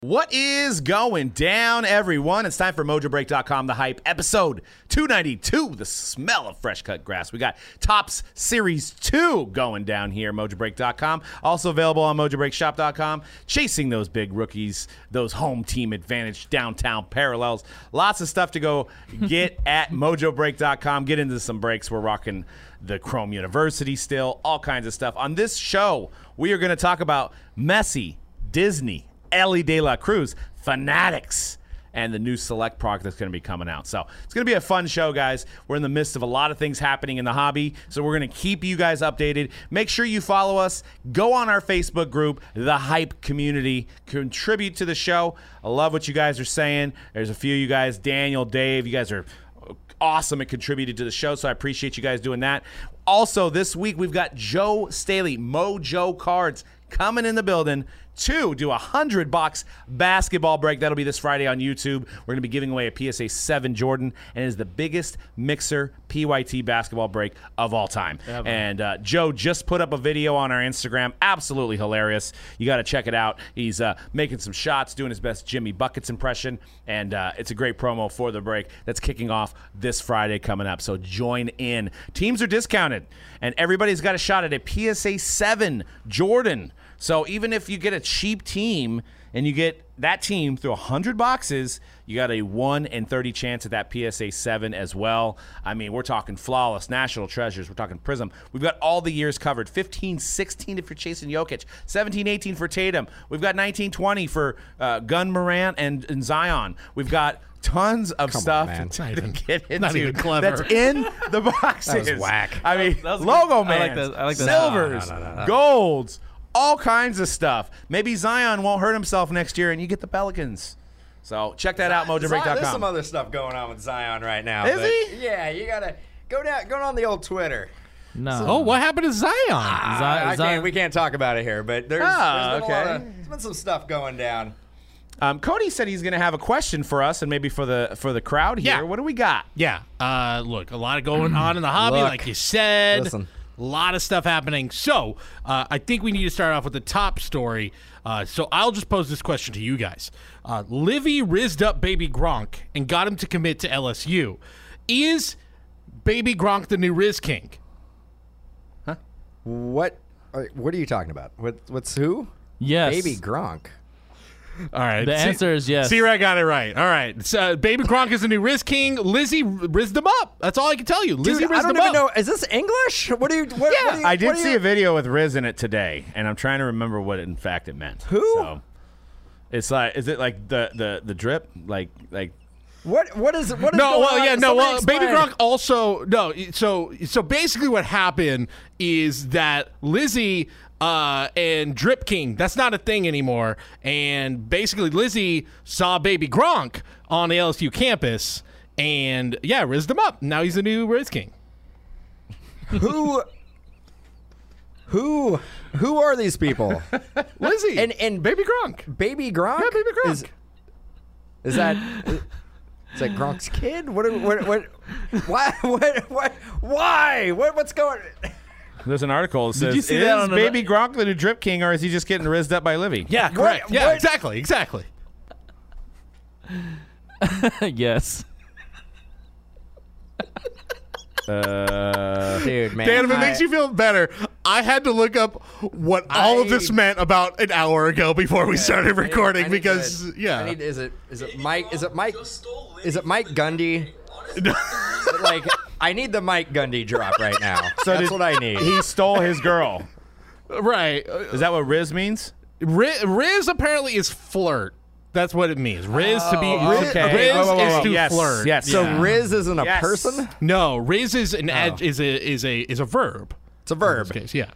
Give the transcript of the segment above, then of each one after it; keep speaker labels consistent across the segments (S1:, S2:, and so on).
S1: What is going down, everyone? It's time for MojoBreak.com, the hype, episode 292, the smell of fresh cut grass. We got Tops Series 2 going down here, MojoBreak.com. Also available on MojoBreakShop.com. Chasing those big rookies, those home team advantage, downtown parallels. Lots of stuff to go get at MojoBreak.com. Get into some breaks. We're rocking the Chrome University still, all kinds of stuff. On this show, we are going to talk about Messi, Disney, Ellie De La Cruz, Fanatics, and the new Select product that's going to be coming out. So it's going to be a fun show, guys. We're in the midst of a lot of things happening in the hobby, so we're going to keep you guys updated. Make sure you follow us. Go on our Facebook group, The Hype Community. Contribute to the show. I love what you guys are saying. There's a few of you guys, Daniel, Dave, you guys are awesome and contributed to the show. So I appreciate you guys doing that. Also, this week we've got Joe Staley, Mojo Cards, coming in the building to do a hundred box basketball break. That'll be this Friday on YouTube. We're going to be giving away a PSA seven Jordan, and it is the biggest mixer PYT basketball break of all time. And uh, Joe just put up a video on our Instagram, absolutely hilarious. You got to check it out. He's uh, making some shots, doing his best Jimmy Buckets impression, and uh, it's a great promo for the break that's kicking off this Friday coming up. So join in. Teams are discounted, and everybody's got a shot at a PSA seven Jordan. So even if you get a cheap team and you get that team through 100 boxes, you got a 1 in 30 chance at that PSA 7 as well. I mean, we're talking flawless, national treasures, we're talking prism. We've got all the years covered 15, 16 if you're chasing Jokic, 17, 18 for Tatum. We've got 19, 20 for uh, Gun Morant and, and Zion. We've got tons of stuff
S2: man. It's not
S1: to
S2: even-
S1: get into
S2: not even clever.
S1: that's in the boxes.
S2: whack.
S1: I mean,
S3: was good.
S1: logo
S3: I like
S1: man,
S3: that- I like that.
S1: silvers,
S3: No, no, no,
S1: golds, all kinds of stuff. Maybe Zion won't hurt himself next year, and you get the Pelicans. So check that out,
S2: Zion- There's some
S1: MojoBreak.com.
S2: other stuff going on with Zion right now.
S1: Is
S2: but-
S1: he?
S2: Yeah, you gotta go down, go on the old Twitter.
S3: No.
S4: Oh, what happened to Zion?
S2: I- I
S3: Zion,
S2: can't, we can't talk about it here, but there's,
S1: Ah,
S2: there's been a lot
S1: okay.
S2: of- there's been some stuff going down.
S1: Um, Cody said he's going to have a question for us, and maybe for the for the crowd here.
S4: Yeah.
S1: What do we got?
S4: Yeah. Uh, look, a lot of going on in the hobby,
S2: Look.
S4: like you said.
S2: Listen.
S4: A lot of stuff happening. So uh, I think we need to start off with the top story. Uh, so I'll just pose this question to you guys. Uh, Livy rizzed up Baby Gronk and got him to commit to LSU. Is Baby Gronk the new Riz King?
S2: What? all right, What are you talking about? What, what's who?
S3: Yes.
S2: Baby Gronk.
S4: All right.
S3: The answer is yes.
S4: See, I got it right. All right. So uh, Baby Gronk is the new Riz King. Lizzie rizzed him up. That's all I can tell you. Lizzie
S2: Dude,
S4: rizzed
S2: I don't
S4: him
S2: even
S4: up.
S2: know. Is this English? What do you? What,
S4: Yeah,
S2: what do you,
S1: I did
S2: what do
S1: see
S2: you,
S1: a video with Riz in it today, and I'm trying to remember what in fact it meant.
S2: Who?
S1: So, it's like, is it like the the the drip? Like like
S2: What? What is? What is
S4: No,
S2: going
S4: well,
S2: on?
S4: yeah, no,
S2: Somebody
S4: well,
S2: explain.
S4: Baby Gronk also no. So, so basically, what happened is that Lizzie uh, and Drip King that's not a thing anymore, and basically Lizzie saw Baby Gronk on the LSU campus, and yeah, rizzed him up. Now he's the new Riz King.
S2: Who? Who? Who are these people?
S4: Lizzie
S2: And and
S4: Baby Gronk.
S2: Baby Gronk.
S4: Yeah, Baby Gronk.
S2: Is, is that is that Gronk's kid? What? are- What? What? Why? What? What? Why? What? What's going?
S1: There's an article that says,
S3: you see that
S1: "Is
S3: on an-
S1: Baby Gronk the new drip king, or is he just getting rizzed up by Livy?"
S4: Yeah, correct. yeah,
S2: what-
S4: exactly, exactly.
S3: yes.
S2: Dude, man.
S4: Dan, if it makes you feel better, I had to look up what all of
S2: I-
S4: this meant about an hour ago before we started
S2: I need-
S4: recording
S2: I need
S4: because
S2: to-
S4: yeah.
S2: I need, is it is it Mike? Is it Mike? Is it Mike Gundy? like I need the Mike Gundy drop right now. So That's
S1: did-
S2: what I need.
S1: He stole his girl.
S4: Right.
S1: Is that what Riz means?
S4: Riz, Riz apparently is flirt. That's what it means. Riz to be Riz,
S1: Oh, okay.
S4: Riz
S1: Whoa, whoa, whoa, whoa.
S4: is to
S1: Yes,
S4: flirt.
S1: yes.
S2: so
S4: Yeah.
S2: Riz isn't a
S1: Yes.
S2: person.
S4: no, Riz is an
S1: Oh.
S4: ad, is a is a is a verb.
S2: It's a verb.
S4: Okay, so yeah.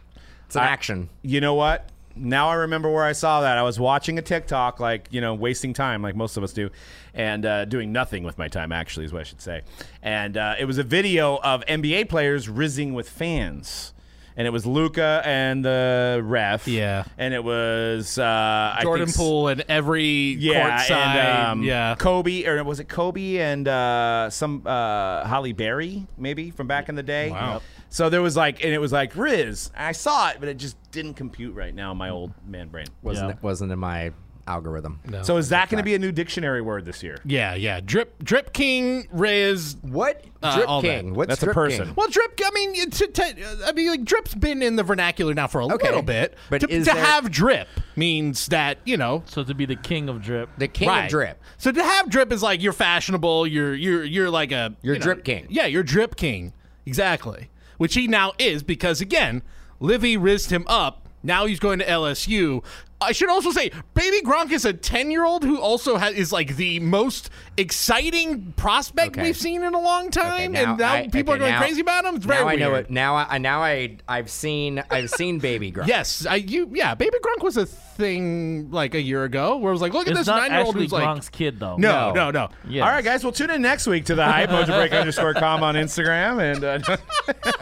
S2: It's an action.
S1: You know what? Now I remember where I saw that. I was watching a TikTok, like you know, wasting time, like most of us do, and uh, doing nothing with my time. Actually, is what I should say. And uh, it was a video of NBA players rizzing with fans, and it was Luca and the ref.
S4: Yeah.
S1: and it was uh, I
S4: Jordan
S1: think-
S4: Poole and every
S1: Yeah,
S4: court side.
S1: and um,
S4: yeah.
S1: Kobe, or was it Kobe and uh, some uh, Holly Berry, maybe from back in the day?
S4: Wow. Yep.
S1: So there was like, and it was like Riz. I saw it, but it just didn't compute right now in my old man brain.
S2: Wasn't wasn't in my algorithm.
S1: So is that going to be a new dictionary word this year?
S4: Yeah, yeah. Drip, drip king, Riz.
S2: What
S4: Uh,
S2: drip
S4: all that.
S2: king? What's
S1: That's a
S2: drip
S1: person.
S2: king?
S4: Well, drip. I mean, you- to, to, I mean, like drip's been in the vernacular now for a
S2: Okay,
S4: little bit.
S2: but
S4: to,
S2: is
S4: to
S2: there-
S4: have drip means that you know.
S3: So to be the king of drip.
S2: The king
S4: right.
S2: of drip.
S4: So to have drip is like you're fashionable. You're you're you're like a
S2: You're
S4: you know,
S2: drip king.
S4: Yeah, you're drip king. Exactly. Which he now is because again, Livy rizzed him up. Now he's going to LSU. I should also say, Baby Gronk is a ten-year-old who also ha- is like the most exciting prospect
S2: Okay.
S4: we've seen in a long
S2: Okay,
S4: time, and now
S2: I- okay,
S4: people are going
S2: now-
S4: crazy about him. It's very
S2: now I know
S4: weird.
S2: it. Now I now I I've seen I've seen baby Gronk.
S4: Yes, I you yeah, Baby Gronk was a thing like a year ago where it was like, look at
S3: It's
S4: this
S3: not
S4: nine year old
S3: actually
S4: who's
S3: Gronk's kid though.
S4: like, no, no, no.
S3: Yes.
S1: All right, guys. Well, tune in next week to the hype. Mojobreak underscore com on Instagram. And uh,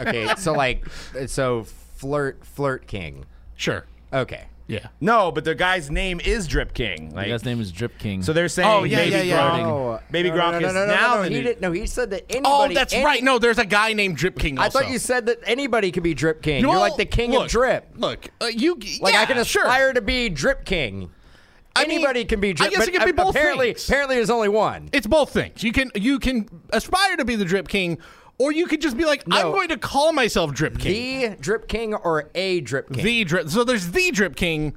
S2: Okay. So like so flirt flirt king.
S4: Sure,
S2: Okay.
S4: yeah.
S1: no, but the guy's name is Drip King. Like,
S3: The guy's name is Drip King.
S1: so they're saying.
S4: Oh, yeah,
S1: Baby
S4: yeah, yeah.
S1: Gronk-
S2: Oh,
S1: Baby
S2: no,
S1: Gronk
S2: no, no,
S1: is
S2: no, no,
S1: now
S2: No,
S1: the
S2: he
S1: new-
S2: did, no, he said that
S4: Oh,
S2: anybody.
S4: that's
S2: any-
S4: right. No, there's a guy named Drip King.
S2: I
S4: Also.
S2: thought you said that anybody could be drip king. You're
S4: all-
S2: like the king
S4: look,
S2: of drip.
S4: Look, uh, you
S2: Like
S4: yeah,
S2: I can
S4: sure.
S2: aspire to be drip king.
S4: I mean,
S2: Anybody can be
S4: I
S2: drip.
S4: guess it
S2: but
S4: could be
S2: a-
S4: both
S2: Apparently,
S4: things.
S2: apparently, there's only one.
S4: It's both things. You can you can aspire to be the Drip King, or you could just be like, I'm
S2: No.
S4: going to call myself Drip King.
S2: The drip king or a drip king.
S4: Drip. So there's the Drip King,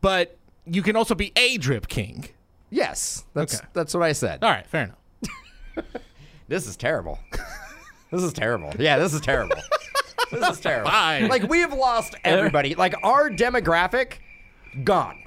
S4: but you can also be a Drip King.
S2: yes, that's
S4: Okay.
S2: that's what I said.
S4: All right, fair enough.
S2: This is terrible. this is terrible. Yeah, this is terrible. this is terrible.
S4: Fine.
S2: Like we have lost everybody. Like our demographic, gone,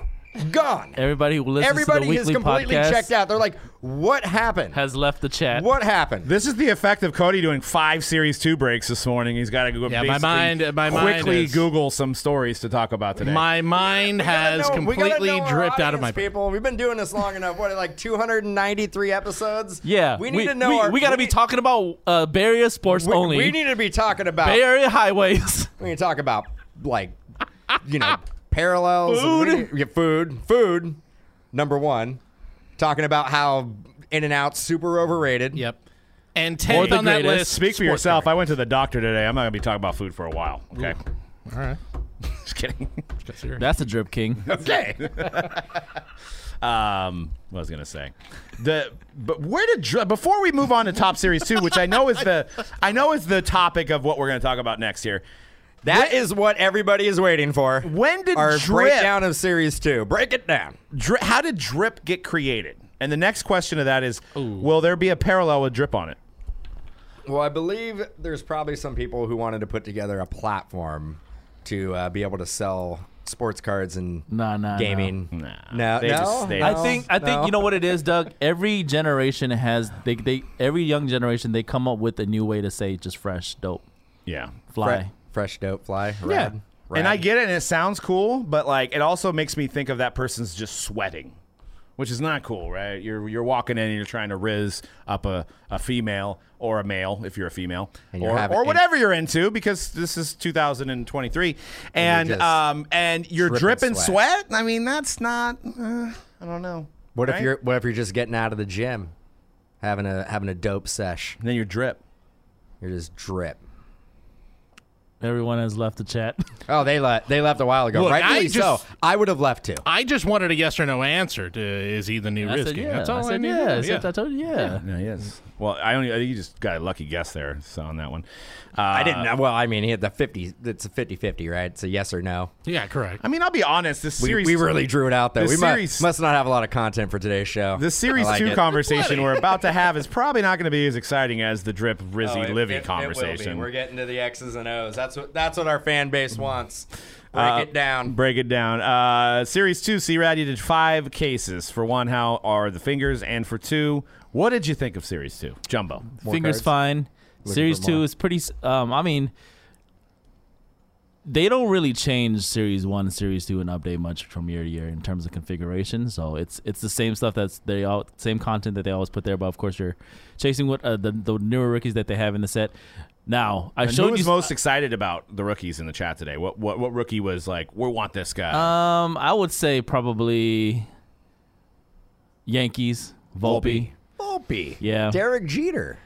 S2: gone.
S3: Everybody who listens to the
S2: Everybody
S3: weekly
S2: is completely
S3: podcast
S2: checked out. They're like, what happened?
S3: has left the chat.
S2: what happened?
S1: This is the effect of Cody doing five series two breaks this morning. He's got to go.
S4: Yeah, my
S1: basically
S4: mind- my mind
S1: quickly
S4: is-
S1: Google some stories to talk about today.
S4: My mind
S2: gotta
S4: has
S2: know- we gotta
S4: completely
S2: know our
S4: dripped out of
S2: audience,
S4: my
S2: people. We've been doing this long enough. What, like 293 episodes?
S3: Yeah.
S2: we need to know.
S3: We,
S2: our,
S3: we got to be talking about uh, Bay Area sports
S2: we,
S3: only.
S2: We need to be talking about.
S3: Bay Area highways.
S2: we need to talk about like, you know, parallels. and we need- yeah, food, food. Number one, talking about how In and Out super overrated.
S4: Yep. And
S3: Or
S4: tenth
S3: the
S4: on that
S3: greatest.
S4: list.
S1: Speak for
S4: sports
S1: yourself. I went to the doctor today. I'm not going to be talking about food for a while. Okay.
S4: All right.
S1: Just kidding.
S3: That's a Drip King.
S2: Okay.
S1: Um, what was I gonna say? The but where did Dr- before we move on to top series two, which I know is the I know is the topic of what we're gonna talk about next here.
S2: that is what everybody is waiting for.
S1: When did
S2: Our
S1: drip,
S2: breakdown of series two. Break it down.
S1: drip? How did drip get created? And the next question of that is, will there be a parallel with drip on it?
S2: Well, I believe there's probably some people who wanted to put together a platform to uh, be able to sell sports cards and
S3: Nah, nah, nah.
S2: gaming.
S1: Nah.
S2: No,
S1: They
S2: no,
S1: just- they-
S2: no,
S3: I think I think
S2: no.
S3: you know what it is, Doug. Every generation has they they every young generation they come up with a new way to say just fresh, dope,
S1: Yeah.
S3: fly.
S2: Fre- fresh dope fly. Rad,
S1: Yeah.
S2: Rad.
S1: And I get it, and it sounds cool, but like it also makes me think of that person's just sweating, which is not cool, right? You're you're walking in and you're trying to riz up a, a female or a male if you're a female,
S2: And you're
S1: or,
S2: having-
S1: or whatever you're into, because this is 2023, and
S2: just
S1: um and you're dripping
S2: dripping
S1: sweat. I mean, that's not. Uh, I don't know.
S2: What if
S1: right?
S2: you're What if you're just getting out of the gym, having a having a dope sesh?
S1: And then you're drip.
S2: You're just drip.
S3: Everyone has left the chat.
S2: Oh, they left. They left a while ago.
S4: Look,
S2: Right?
S4: I
S2: Rightfully so.
S4: just-
S2: I would have left too.
S4: I just wanted a yes or no answer to is he the new
S3: I
S4: Riz
S3: said
S4: King?
S3: yeah.
S4: That's all I,
S3: I said
S4: need to
S3: yeah.
S4: know,
S3: I, said, I told you yeah.
S1: Yeah, he is. Well, I only I think you just got a lucky guess there so on that one. Uh,
S2: I didn't. know- Well, I mean, he had the fifty. It's a 50-50, right? It's a yes or no.
S4: Yeah, correct.
S1: I mean, I'll be honest. This
S2: We,
S1: series
S2: we really drew it out though.
S1: the
S2: We mu-
S1: series-
S2: must not have a lot of content for today's show.
S1: The series
S2: I like
S1: two
S2: it.
S1: conversation we're about to have is probably not going to be as exciting as the drip Rizzy
S2: Oh, it-
S1: Livy
S2: it- it will be.
S1: conversation.
S2: We're getting to the X's and O's. That's what that's what our fan base wants. Break it down.
S1: Break it down. Uh, series two, C Rad, you did five cases. For one, how are the fingers? And for two, what did you think of series two? Jumbo.
S3: Fingers
S2: cards.
S3: fine. series
S2: for
S3: two
S2: more.
S3: is pretty. s- Um, I mean, they don't really change series one, series two, and update much from year to year in terms of configuration. So it's it's the same stuff that's they all same content that they always put there. But of course, you're chasing what uh, the the newer rookies that they have in the set. Now I
S1: And who
S3: showed you
S1: was most excited about the rookies in the chat today? What what, what rookie was like, we want this
S2: Uh,
S1: guy?
S3: Um, I would say probably Yankees Volpe.
S2: Volpe.
S3: Yeah.
S2: Derek Jeter.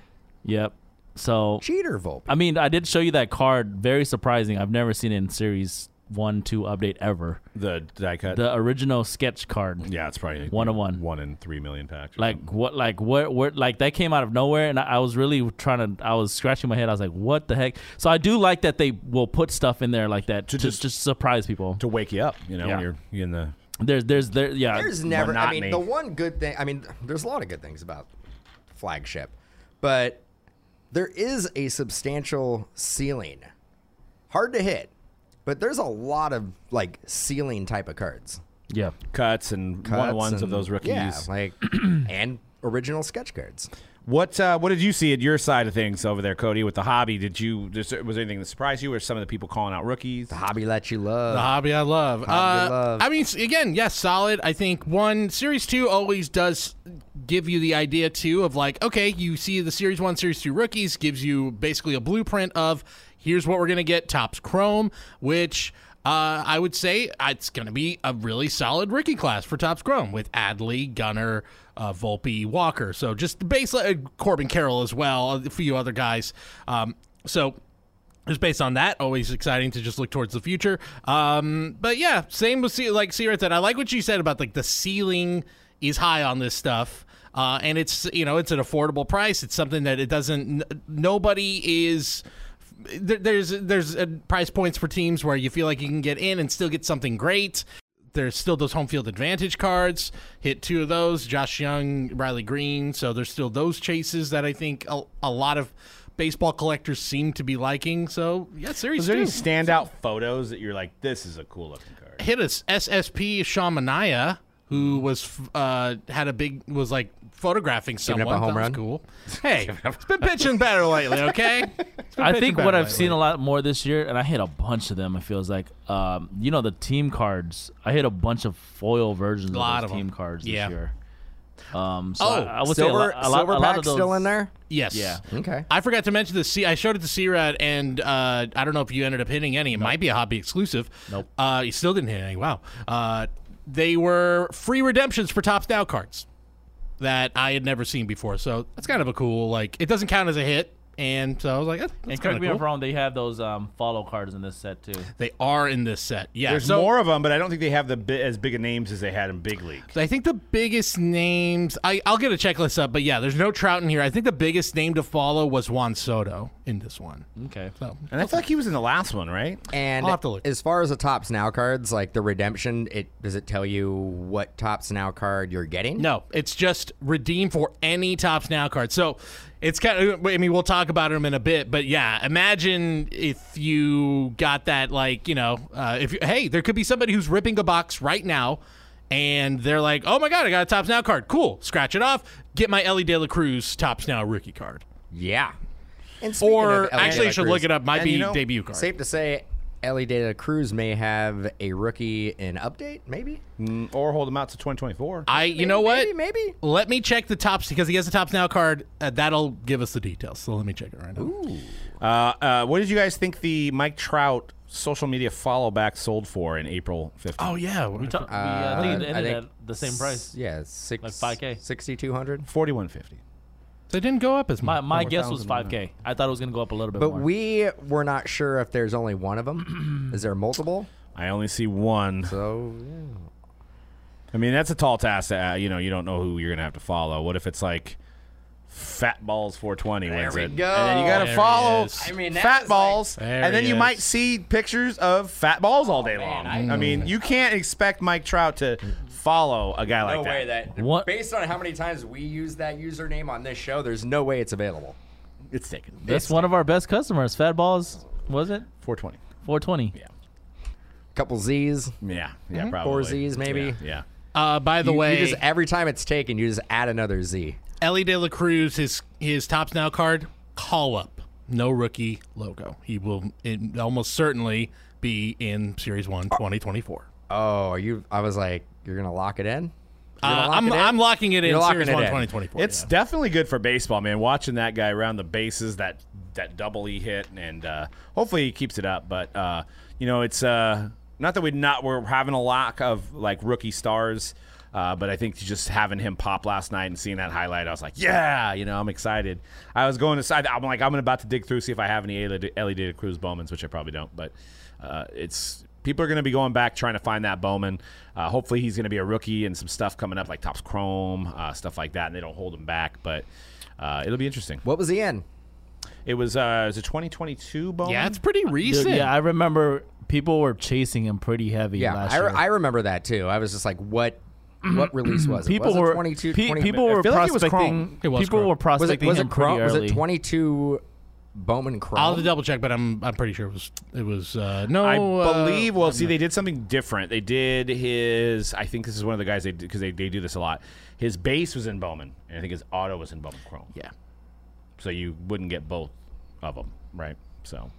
S3: Yep. So
S2: Jeter Volpe.
S3: I mean, I did show you that card. Very surprising. I've never seen it in series one two update ever.
S1: The die cut.
S3: The original sketch card.
S1: yeah, it's probably
S3: One of one.
S1: One in three million packs. or
S3: Like what? Like what? Where? Like that came out of nowhere, and I, I was really trying to. I was scratching my head. I was like, "What the heck?" So I do like that they will put stuff in there like that to,
S1: just-
S3: just, just surprise people.
S1: to wake you up. You know,
S3: Yeah.
S1: when you're in the
S3: There's, there's, there. Yeah,
S2: There's never. I
S1: monotony.
S2: mean, the one good thing. I mean, there's a lot of good things about flagship, but there is a substantial ceiling. Hard to hit, but there's a lot of like ceiling type of cards.
S3: yeah.
S1: cuts and one
S2: Cuts
S1: of ones of
S2: and-
S1: those rookies.
S2: Yeah, like and original sketch cards.
S1: What uh, what did you see at your side of things over there, Cody? With the hobby, did you was there anything that surprised you, or some of the people calling out rookies?
S2: The hobby that you love.
S4: The hobby I love.
S2: Hobby
S4: uh,
S2: love.
S4: I mean, s- again, yes, solid. I think one series two always does give you the idea too of like, okay, you see the series one, series two rookies gives you basically a blueprint of here's what we're gonna get tops chrome, which. Uh, I would say it's going to be a really solid rookie class for Topps Chrome with Adley, Gunner, uh, Volpe, Walker. So just the base, uh, Corbin Carroll as well, a few other guys. Um, so just based on that, always exciting to just look towards the future. Um, but yeah, same with C- like Sierra said. I like what you said about like the ceiling is high on this stuff, uh, and it's you know it's an affordable price. It's something that it doesn't. N- nobody is. There, there's there's uh, price points for teams where you feel like you can get in and still get something great. There's still those home field advantage cards. Hit two of those. Josh Young, Riley Green. So there's still those chases that I think a, a lot of baseball collectors seem to be liking. So yeah, series
S1: Was there any
S4: two.
S1: standout photos that you're like, this is a cool looking card?
S4: hit us SSP Shamania, who was f- uh, had a big was like photographing
S2: up a
S4: someone.
S2: home
S4: That was
S2: run?
S4: cool. Hey, it's been pitching better lately. Okay. It's been
S3: I
S4: pitching
S3: think what
S4: better
S3: I've
S4: lately.
S3: seen a lot more this year, and I hit a bunch of them. It feels like, um, you know, the team cards. I hit a bunch of foil versions of
S4: Lot of
S3: those
S4: 'em.
S3: team cards
S4: Yeah.
S3: this year. Um, so
S4: Oh,
S3: I, I would
S2: silver,
S3: say a, lo- a lot,
S2: silver
S3: a lot
S2: pack
S3: of those,
S2: still in there.
S4: Yes.
S3: Yeah.
S2: Okay.
S4: I forgot to mention the C. I showed it to C-Rad, and uh, I don't know if you ended up hitting any. It might be a hobby exclusive.
S3: Nope.
S4: Uh, you still didn't hit any. Wow. Uh, they were free redemptions for Topps Now cards that I had never seen before. So that's kind of a cool. Like it doesn't count as a hit, and so I was like, eh, that's
S3: And
S4: kind
S3: correct
S4: of
S3: me if I'm
S4: cool.
S3: wrong. They have those um, follow cards in this set too.
S4: They are in this set. Yeah.
S1: There's
S4: so,
S1: more of them, but I don't think they have the bi- as big of names as they had in big league.
S4: I think the biggest names. I, I'll get a checklist up, but yeah, there's no Trout in here. I think the biggest name to follow was Juan Soto in this one.
S3: Okay.
S4: So
S1: And I feel like he was in the last one, right?
S2: And
S4: I'll have to look.
S2: as far as the tops now cards, like the redemption, it does it tell you what tops now card you're getting?
S4: No, it's just redeem for any tops now card. So it's kind of. I mean, we'll talk about them in a bit, but yeah, imagine if you got that like you know, uh, if you, hey, there could be somebody who's ripping a box right now. And they're like, "Oh my god, I got a tops now card. Cool, scratch it off. Get my E Ellie De La Cruz tops now rookie card,
S2: Yeah. And speaking
S4: or
S2: of E LA
S4: actually, I should
S2: Lakers,
S4: look it up. Might
S1: And
S4: be
S1: you know,
S4: debut card.
S2: Safe to say, Ellie De La Cruz may have a rookie in update, maybe.
S1: Mm, Or hold him out to 2024.
S4: I, you know what?
S2: Maybe, maybe.
S4: Let me check the tops because he has a tops now card. Uh, that'll give us the details. So let me check it right now.
S1: Uh, uh, what did you guys think the Mike Trout social media follow back sold for in April 15th?
S4: Oh yeah, we
S3: So, we, uh, I think it
S2: I
S3: ended
S2: think
S3: at the same price.
S2: Yeah, six,
S3: Like 5K.
S2: 6,200.
S1: 4150.
S4: They didn't go up as
S3: My,
S4: much.
S3: my guess was 5K. I thought it was going to go up a little bit
S2: But
S3: more.
S2: we were not sure if there's only one of them. Is there multiple?
S1: I only see one.
S2: So
S1: I mean, that's a tall task. To, uh, you know, you don't know who you're gonna have to follow. What if it's like Fat Balls 420 wins
S2: we
S1: it,
S2: go.
S1: and then you gotta
S4: There he
S1: follow
S4: is. I
S2: mean, that
S1: Fat
S2: was like-
S1: Balls,
S4: There
S1: and then
S4: he
S1: you
S4: is.
S1: might see pictures of Fat Balls all
S2: Oh,
S1: day long. I, mean, you can't expect Mike Trout to follow a guy like that.
S2: that.
S3: What-
S2: Based on how many times we use that username on this show, there's no way it's available.
S1: It's taken.
S3: That's one of our best customers. Fat Balls, was it?
S1: 420.
S3: 420.
S1: Yeah.
S2: Couple Z's.
S1: Yeah, yeah,
S4: Mm-hmm.
S1: probably
S2: Zs maybe.
S1: Yeah,
S4: Uh, by the
S2: You-
S4: way,
S2: you just every time it's taken, you just add another Z.
S4: Ellie De La Cruz, his his tops now card call up, no rookie logo. He will it, almost certainly be in Series One 2024.
S2: Oh, you! I was like, you're gonna lock it in.
S4: Uh,
S2: You're gonna lock
S4: I'm
S2: it in?
S4: I'm locking it in
S2: You're locking
S4: Series
S2: it
S4: One
S2: in.
S4: 2024.
S1: It's definitely good for baseball, man. Watching that guy around the bases, that that double he hit, and uh, hopefully he keeps it up. But uh, you know, it's uh, not that we not we're having a lack of like rookie stars, uh, but I think just having him pop last night and seeing that highlight, I was like, yeah, you know, I'm excited. I was going to side. I'm like, I'm about to dig through see if I have any Ellie De La Cruz Bowman's, which I probably don't, but uh, it's People are going to be going back trying to find that Bowman. Uh, hopefully, he's going to be a rookie and some stuff coming up like Topps Chrome, uh, stuff like that, and they don't hold him back. But uh, it'll be interesting.
S2: What was he in?
S1: It was uh, it was a 2022 Bowman.
S4: Yeah, it's pretty recent.
S3: Dude, yeah, I remember people were chasing him pretty heavy
S2: Yeah,
S3: last
S2: I, re-
S3: year.
S2: I remember that too. I was just like, what? What release was it?
S3: people
S2: was it
S3: were
S2: 22,
S3: pe-
S2: 20
S3: people were
S1: feel like it was
S3: prospecting.
S1: Chrome.
S4: It was
S3: people
S4: Chrome.
S2: was
S3: were
S2: it
S3: prospecting
S2: was
S3: him
S2: it,
S3: pretty
S2: Chrome? was
S3: early.
S2: it 22 Bowman Chrome?
S4: I'll have to double check, but I'm I'm pretty sure it was it was uh, no.
S1: I
S4: uh,
S1: believe. Well, see, they did something different. They did his. I think this is one of the guys they because they, they do this a lot. His base was in Bowman, and I think his auto was in Bowman Chrome.
S4: yeah.
S1: So you wouldn't get both of them, right? So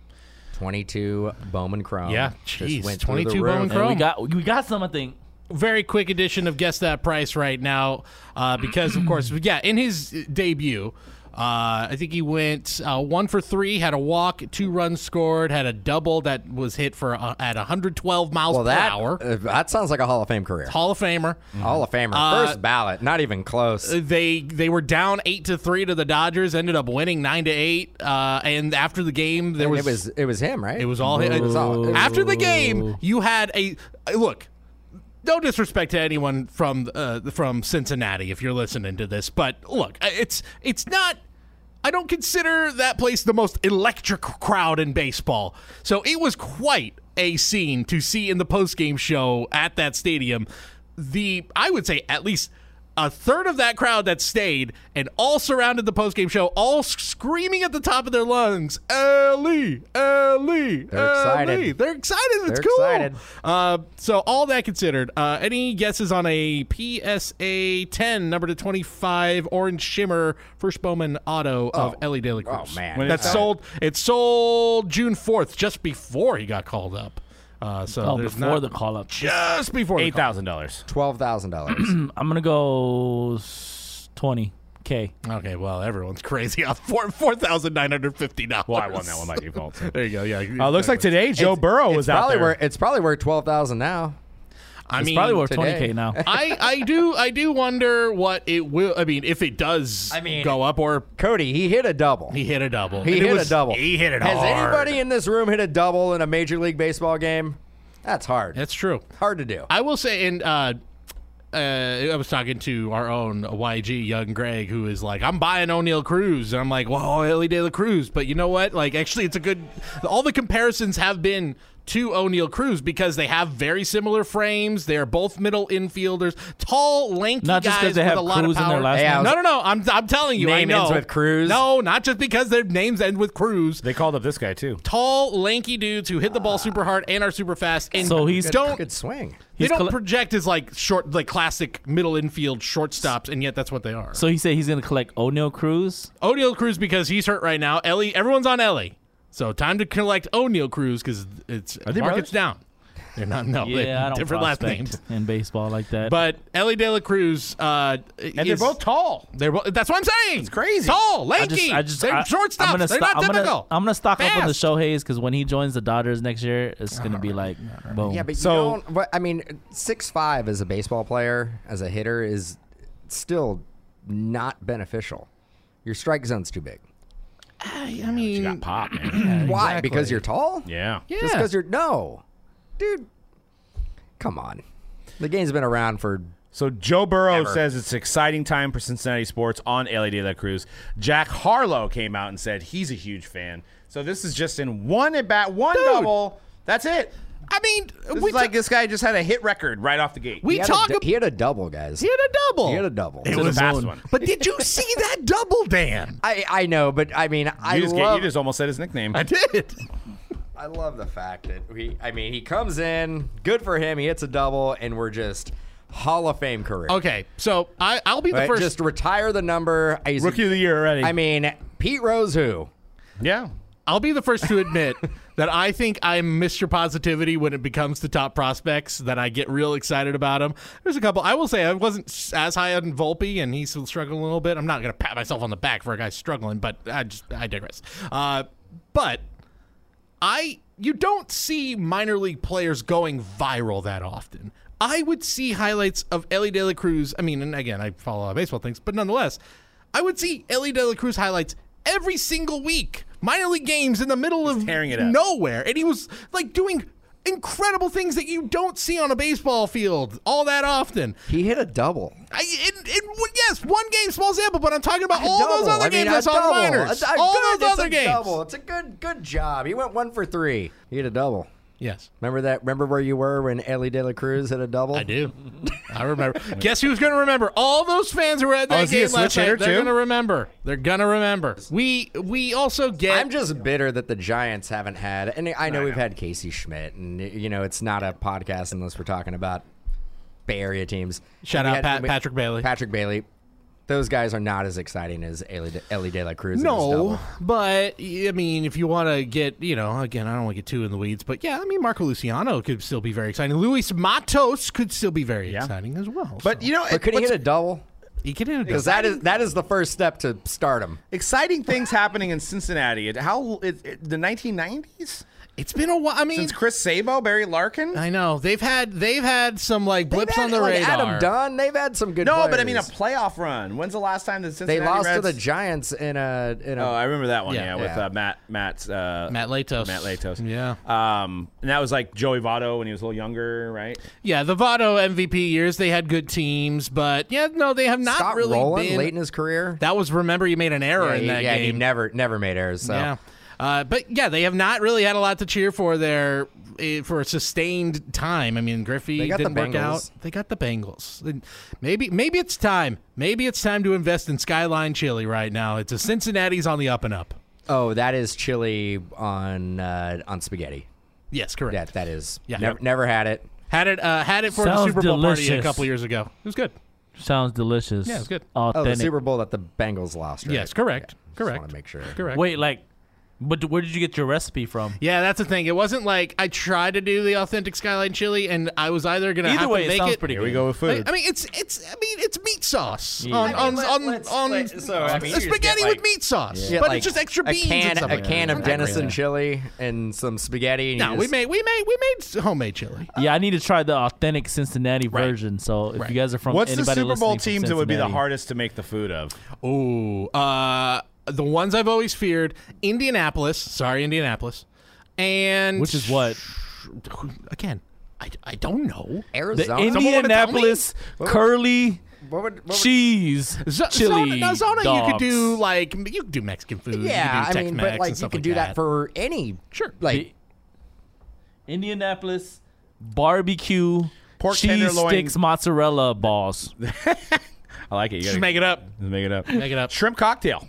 S2: 22 Bowman Chrome.
S4: Yeah,
S2: Just
S4: jeez,
S2: went through
S4: 22
S2: the
S4: Bowman
S2: roof.
S4: Chrome.
S3: And we got we got something.
S4: very quick edition of guess that price right now uh, because of course yeah in his debut uh, I think he went uh, one for three, had a walk, two runs scored, had a double that was hit for uh, at 112 miles
S2: Well,
S4: per
S2: that Mm.
S4: hour.
S2: uh, that sounds like a Hall of Fame career.
S4: Hall of Famer.
S2: Hall of Famer, first ballot, not even close.
S4: They they were down eight to three to the Dodgers, ended up winning nine to eight. Uh, and after the game, there
S2: And
S4: was
S2: it was it was him, right?
S4: It was all
S2: It was all.
S4: After the game, you had a uh, look. No disrespect to anyone from uh, from Cincinnati if you're listening to this, but look, I- it's it's not. I don't consider that place the most electric crowd in baseball, so it was quite a scene to see in the postgame show at that stadium. The I would say at least a third of that crowd that stayed and all surrounded the postgame show, all screaming at the top of their lungs, "Ellie, Ellie!"
S2: They're excited.
S4: Ellie!" They're excited. It's
S2: They're
S4: cool.
S2: excited.
S4: Uh, so all that considered, uh, any guesses on a PSA 10 number to 25 orange shimmer first Bowman auto of Ellie De La Cruz?
S2: Oh, man. When
S1: did
S4: that
S1: it sell?
S4: sold. It sold June 4th, just before he got called up. Uh, so
S3: Oh,
S4: there's
S3: before
S4: not-
S3: the call up,
S4: just before the
S1: eight
S4: call.
S1: thousand dollars.
S2: twelve thousand dollars.
S3: I'm gonna go twenty k.
S4: Okay, well everyone's crazy on four four thousand nine hundred fifty dollars.
S1: Well, Oh, I won that one by default. so.
S4: There you go. Yeah,
S3: Oh,
S1: Uh, looks like today Joe Burrow was
S2: it's
S1: out
S2: probably
S1: there.
S2: worth it's probably worth twelve thousand now.
S4: I
S3: It's
S4: mean,
S3: probably worth
S2: today.
S3: twenty k now.
S4: I, I do I do wonder what it will. I mean, if it does
S2: I mean-
S4: go up or
S2: Cody, he hit a double.
S4: he hit a double.
S2: He
S4: And it
S2: hit
S4: was-
S2: a double.
S4: He hit it
S2: Has
S4: hard.
S2: anybody in this room hit a double in a major league baseball game? That's hard.
S4: That's true.
S2: hard to do.
S4: I will say, and uh, uh, I was talking to our own YG, Young Greg, who is like, I'm buying O'Neill Cruz. And I'm like, well, Ellie De La Cruz. But you know what? Like, actually, it's a good. All the comparisons have been to O'Neill Cruz because they have very similar frames. They are both middle infielders, tall, lanky
S3: Not just
S4: guys
S3: 'cause they
S4: with
S3: have
S4: a lot
S3: Cruz
S4: of
S3: in
S4: power.
S3: their last
S2: Hey, I
S3: name.
S2: was-
S4: no, no, no. I'm, I'm telling you. I
S2: Name
S4: know.
S2: ends with Cruz?
S4: No, not just because their names end with Cruz
S1: They called up this guy too.
S4: tall, lanky dudes who hit the ball super hard and are super fast. And
S3: So he's-
S4: don't
S2: Good swing.
S4: they
S3: He's
S4: don't
S3: colle-
S4: project as like short, like classic middle infield shortstops, and yet that's what they are. So
S3: So he said he's gonna collect O'Neill Cruz.
S4: O'Neill Cruz because he's hurt right now. Ellie, everyone's on Ellie, so time to collect O'Neill Cruz because it's
S1: they brothers?
S4: market's down. They're not. No, they-
S3: Yeah, I don't
S4: different last
S3: prospect
S4: names.
S3: in baseball like that.
S4: But Ellie De La Cruz, uh,
S1: And they're both tall.
S4: They're both, that's what I'm saying. It's
S1: crazy.
S4: Tall,
S3: I
S4: lanky.
S3: just, I just,
S4: they're
S3: I,
S4: shortstops.
S3: I'm gonna
S4: they're
S3: sto-
S4: not
S3: I'm
S4: typical.
S3: gonna, I'm gonna stock up on the
S4: Fast.
S3: Shohei's because when he joins the Dodgers next year, it's gonna be like boom.
S2: Yeah, but
S1: So-
S2: you don't. But, I mean, six five as a baseball player, as a hitter, is still not beneficial. Your strike zone's too big.
S4: I mean,
S1: You got pop, man.
S2: Why? Because you're tall?
S1: yeah.
S4: yeah.
S2: Just because you're no, dude. Come on, the game's been around for.
S1: So Joe Burrow says it's an exciting time for Cincinnati sports on LA De La Cruz. Jack Harlow came out and said he's a huge fan. So this is just in one at bat, one double. That's it.
S4: I mean,
S1: This
S4: we
S1: is like
S4: took-
S1: this guy just had a hit record right off the gate.
S4: We
S2: He had,
S4: talk.
S2: a, du-
S4: ab-
S2: he had a double, guys.
S4: he had a double.
S2: He had a double.
S1: it was a fast one.
S4: But did you see that double, Dan?
S2: I, I know, but I mean, I
S1: You just, get,
S2: love
S1: you just almost said his nickname.
S4: I did.
S2: I love the fact that he. I mean, he comes in, good for him. He hits a double, and we're just Hall of Fame career.
S4: Okay, so I, I'll be Oh, the
S2: But
S4: first.
S2: just retire the number. I used to-
S1: Rookie of the year already.
S2: I mean, Pete Rose, who?
S1: yeah.
S4: I'll be the first to admit that I think I'm Mr. Positivity when it becomes to top prospects. That I get real excited about them. There's a couple. I will say I wasn't s- as high on Volpe, and he's still struggling a little bit. I'm not gonna pat myself on the back for a guy struggling, but I just I digress. Uh, but I you don't see minor league players going viral that often. I would see highlights of Ellie De La Cruz. I mean, and again, I follow a lot of baseball things, but nonetheless, I would see Ellie De La Cruz highlights every single week. Minor league games in the middle of
S1: tearing it up.
S4: nowhere, and he was like doing incredible things that you don't see on a baseball field all that often.
S2: He hit a double.
S4: I, it, it, w- yes, one game, small sample, but I'm talking about
S2: A
S4: all those
S2: double.
S4: other
S2: I mean,
S4: games
S2: a
S4: I saw in the
S2: double.
S4: minors.
S2: A- a
S4: all
S2: good-
S4: those
S2: it's
S4: other
S2: a
S4: games.
S2: Double. It's a good good job. He went one for three. He hit a double.
S4: Yes,
S2: Remember that? Remember where you were when Ellie De La Cruz hit a double?
S4: I do. I remember. Guess who's going to remember? All those fans who were at that
S5: Oh, is he a
S4: game last
S5: switch hitter
S4: night. They're
S5: too?
S4: going to remember. They're going to remember. We we also get.
S2: I'm just bitter that the Giants haven't had, and I know we've had Casey Schmidt, and you know it's not a podcast unless we're talking about Bay Area teams.
S4: Shout
S2: We
S4: out
S2: had-
S4: Pat-
S2: we-
S4: Patrick Bailey.
S2: Patrick Bailey. Those guys are not as exciting as Ellie De, Ellie De La Cruz. and his
S4: No,
S2: double.
S4: but I mean, if you want to get, you know, again, I don't want to get too in the weeds, but yeah, I mean, Marco Luciano could still be very exciting. Luis Matos could still be very exciting as well.
S1: But
S4: so.
S1: you know, e-
S2: but could he
S1: what's-
S2: hit a double?
S4: he can hit a
S2: Because that is that is the first step to stardom.
S1: exciting things happening in Cincinnati. It- How it, it, the 1990s
S4: It's been a while. I mean,
S1: since Chris Sabo, Barry Larkin.
S4: I know they've had they've had some like blips
S2: They've
S4: on
S2: had,
S4: the
S2: like,
S4: radar.
S2: Adam Dunn, they've had some good.
S1: no, but I mean a
S2: players.
S1: playoff run. When's the last time the Cincinnati
S2: they lost
S1: Reds?
S2: to the Giants in a in a.
S4: Uh,
S1: Oh, I remember that one. Yeah,
S4: Yeah.
S1: with
S2: Yeah.
S1: Uh, Matt Matt uh,
S4: Matt Latos.
S1: Matt Latos.
S4: Yeah.
S1: Um, and that was like Joey Votto when he was a little younger, right?
S4: Yeah, the Votto MVP years they had good teams, but yeah, no, they have not
S2: Scott
S4: really
S2: Rowland
S4: been.
S2: late in his career.
S4: that was remember you made an error
S2: yeah,
S4: in
S2: he,
S4: that
S2: yeah, he
S4: game.
S2: never never made errors. So.
S4: Yeah. Uh, but yeah, they have not really had a lot to cheer for there eh, for a sustained time. I mean, Griffey
S2: They got the
S4: didn't work
S2: Bengals.
S4: out. They got the Bengals. And Maybe maybe it's time. Maybe it's time to invest in Skyline Chili right now. It's a Cincinnati's on the up and up.
S2: Oh, that is chili on uh, on spaghetti.
S4: Yes, correct.
S2: That that is.
S4: Yeah.
S2: Never,
S4: Yep.
S2: never had it.
S4: Had it uh, had it for the
S3: Sounds
S4: Super Bowl party a
S3: delicious.
S4: couple years ago. It was good.
S3: Sounds delicious.
S4: Yeah, it's good.
S2: Oh,
S3: Authentic.
S2: the Super Bowl that the Bengals lost. Right?
S4: Yes, correct.
S2: Just
S4: correct.
S2: want to make sure.
S4: Correct.
S3: Wait, like, but where did you get your recipe from?
S4: Yeah, that's the thing. It wasn't like I tried to do the authentic skyline chili, and I was either gonna
S3: Either
S4: have
S3: way,
S4: to
S3: it
S4: make
S3: sounds pretty
S1: Here
S3: good.
S1: we go with food.
S4: Like, I mean, it's it's. I mean, it's meat sauce
S3: Yeah.
S4: on
S3: I mean,
S4: on
S2: let-
S4: on,
S2: let's-
S4: on
S2: let- so, I mean, you just
S4: spaghetti
S2: get,
S4: with
S2: like-
S4: meat sauce,
S2: Get,
S4: but
S2: like,
S4: it's just extra
S2: a
S4: beans.
S2: can,
S4: and stuff
S2: a
S4: like
S2: can
S4: that.
S2: of
S4: I'm not crazy.
S2: venison chili and some spaghetti. and
S4: No,
S2: you
S4: we
S2: just-
S4: made we made we made homemade chili.
S3: Yeah, I need to try the authentic Cincinnati version. So if
S4: Right.
S3: you guys are from
S1: What's the
S3: anybody
S1: Super Bowl
S3: listening from
S1: teams that would be the
S3: Cincinnati-
S1: hardest to make the food of?
S4: Oh, uh, the ones I've always feared: Indianapolis. Sorry, Indianapolis, and
S3: Which is what
S4: again. I, I don't know.
S3: the
S2: Arizona.
S3: Indianapolis curly
S2: What would, what would-
S3: cheese
S4: Z-
S3: chili
S4: Zona, no, Zona you could
S3: dogs.
S4: do like you could do Mexican food.
S2: yeah,
S4: you could do
S2: I mean,
S4: Tex-Mex
S2: but
S4: and
S2: like you
S4: stuff
S2: could do that.
S4: that
S2: for any
S4: Sure.
S2: Like
S3: Indianapolis barbecue
S1: Pork
S3: cheese
S1: tenderloin.
S3: sticks mozzarella balls.
S1: I like it. You
S4: just
S1: gotta-
S4: make it up.
S1: make it up.
S4: Make it up.
S1: Shrimp cocktail.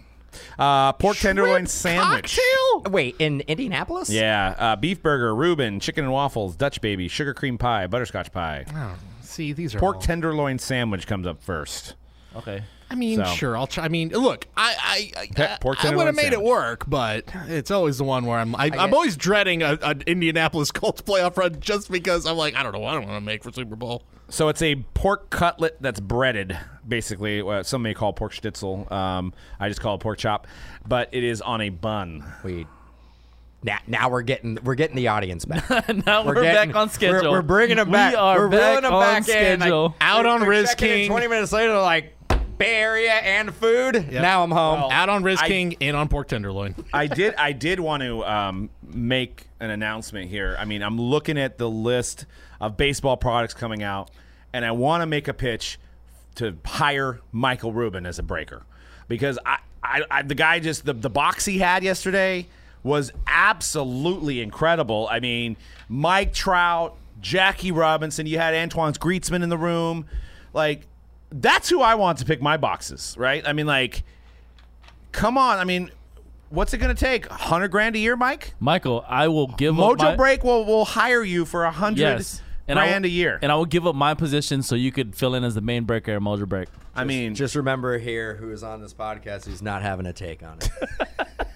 S1: Uh, pork tenderloin
S4: Shrimp
S1: sandwich.
S4: Cocktail?
S2: wait in Indianapolis.
S1: Yeah, uh, beef burger, Reuben, chicken and waffles, Dutch baby, sugar cream pie, butterscotch pie.
S4: Oh, see, these are
S1: Pork
S4: all-
S1: tenderloin sandwich comes up first.
S3: Okay.
S4: I mean,
S1: So.
S4: sure. I'll try. I mean, look, I I, I,
S1: Pe- pork
S4: I would
S1: tenderloin
S4: have made it
S1: sandwich.
S4: work, but it's always the one where I'm I, I am
S2: get-
S4: always dreading a, an Indianapolis Colts playoff run just because I'm like I don't know what I want to make for Super Bowl.
S1: So it's a pork cutlet that's breaded, basically. Uh, some may call pork schnitzel. Um, I just call it pork chop, but it is on a bun.
S2: we. Now, now we're getting we're getting the audience back.
S3: Now we're,
S2: getting-
S3: back on
S2: we're-
S3: schedule.
S2: We're, bringing them back.
S3: We are
S2: we're
S3: back
S2: reeling 'em
S3: on
S2: back in. Like,
S3: schedule.
S4: Out
S2: we're-
S4: on
S2: we're
S4: Riz
S2: checking in
S4: King.
S2: Twenty minutes later, like Bay Area and food. Now I'm home.
S4: Out on Riz
S1: I-
S4: King, in on pork tenderloin.
S1: I did. I did want to um, make an announcement here. I mean, I'm looking at the list of baseball products coming out, and I want to make a pitch to hire Michael Rubin as a breaker because I, I, I the guy just the, the box he had yesterday was absolutely incredible. I mean, Mike Trout, Jackie Robinson. You had Antoine's Greetsman in the room, like. That's who I want to pick my boxes, right? I mean, like, come on. I mean, what's it going to take? Hundred grand a year, Mike?
S3: Michael, I will give
S1: Mojo
S3: up my,
S1: Break will will hire you for a hundred
S3: yes, and I
S1: grand
S3: will,
S1: a year.
S3: and I will give up my position so you could fill in as the main breaker at Mojo Break.
S1: I mean,
S2: Just remember here who is on this podcast who's not having a take on it.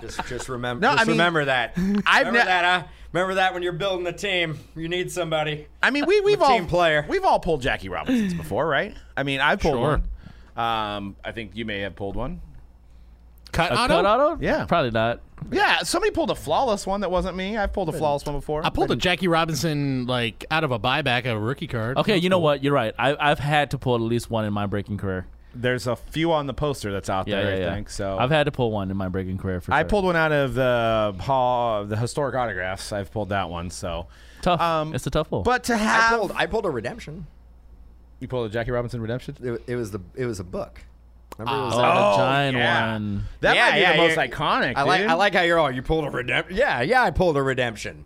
S2: just just remember
S1: No,
S2: just
S1: I mean,
S2: remember that. remember
S1: ne-
S2: that, huh? Remember that when you're building a team, you need somebody.
S1: I mean, we we've
S2: I'm a
S1: all
S2: team player.
S1: We've all pulled Jackie Robinsons before, right? I mean, I've pulled
S4: Sure.
S1: one. Um, I think you may have pulled one.
S4: Cut
S3: A
S4: auto.
S3: cut auto?
S1: Yeah.
S3: Probably not.
S1: Yeah, somebody pulled a flawless one that wasn't me. I've pulled a flawless one before.
S4: I pulled a Jackie Robinson like out of a buyback of a rookie card.
S3: Okay, you know what? You're right. I, I've had to pull at least one in my breaking career.
S1: There's a few on the poster that's out
S3: Yeah,
S1: there,
S3: yeah, yeah.
S1: I think. So
S3: I've had to pull one in my breaking career for
S1: I
S3: sure.
S1: pulled one out of the hall, the historic autographs. I've pulled that one. So
S3: tough. um, it's a tough pull.
S1: But to
S2: I
S1: have
S2: pulled, I pulled a redemption.
S1: you pulled a Jackie Robinson redemption.
S2: It, it was the it was a book. Remember, it was
S3: oh,
S2: like-
S3: the giant
S1: yeah.
S3: one.
S1: That
S2: Yeah,
S1: might be
S2: yeah,
S1: the most
S2: yeah.
S1: iconic.
S2: I like
S1: dude.
S2: I like how you're all you pulled a redemption. Yeah, yeah, I pulled a redemption.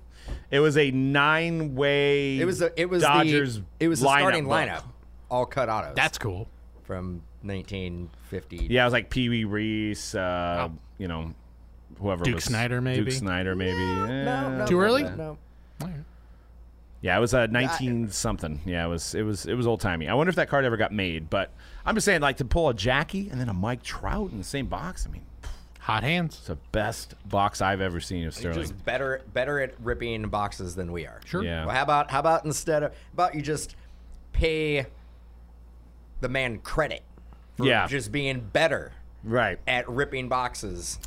S1: It was a nine-way.
S2: It was a, it was
S1: Dodgers.
S2: the it was the
S1: lineup
S2: starting
S1: book.
S2: lineup, all cut autos.
S4: That's cool.
S2: from 1950.
S1: Yeah, it was like Pee Wee Reese. Uh,
S4: Oh.
S1: You know, whoever.
S4: Duke
S1: was-
S4: Snyder, maybe?
S1: Duke Snyder, maybe.
S2: No,
S1: Eh.
S2: no,
S4: Too
S2: no,
S4: early?
S2: No, no.
S1: Yeah, it was uh, 19 something. Yeah, it was it was it was old timey. I wonder if that card ever got made. But I'm just saying, like to pull a Jackie and then a Mike Trout in the same box. I mean,
S4: Hot hands.
S1: it's the best box I've ever seen of
S2: You're
S1: Sterling.
S2: just better better at ripping boxes than we are.
S4: Sure.
S1: Yeah.
S2: Well, how about how about instead of how about you just pay the man credit for
S1: Yeah.
S2: just being better
S1: right.
S2: at ripping boxes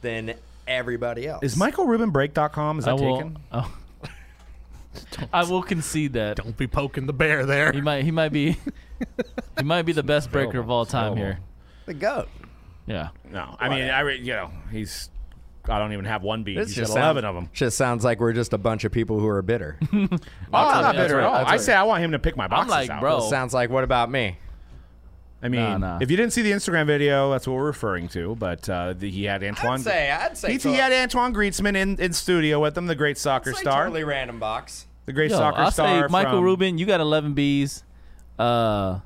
S2: than everybody else.
S1: Is MichaelRubinBreak.com is that
S3: I will.
S1: taken?
S3: Oh. I will concede that
S4: Don't be poking the bear there.
S3: he might he might be he might be the best breaker of all time here.
S1: terrible.
S2: the goat?
S3: Yeah.
S1: No, I mean, I re- you know he's. I don't even have one beat.
S2: This
S1: He's got
S2: just
S1: 11
S2: sounds,
S1: of them.
S2: Just sounds like we're just a bunch of people who are bitter.
S1: Oh, I'm not bitter at
S3: right, that's
S1: all.
S3: right,
S1: I
S3: that's
S1: say I want him to pick my boxes
S3: like,
S1: out.
S3: bro. Oh.
S2: Sounds like what about me?
S1: I mean,
S3: Nah, nah.
S1: if you didn't see the Instagram video, that's what we're referring to. But uh, the, he had Antoine.
S2: I'd say I'd say
S1: he,
S2: to-
S1: he had Antoine Griezmann in, in studio with him, the great soccer
S2: it's like
S1: star,
S2: totally random box.
S1: the great
S3: Yo,
S1: soccer
S3: I'll
S1: star.
S3: say Michael
S1: from-
S3: Rubin, you got 11 Bs. Uh,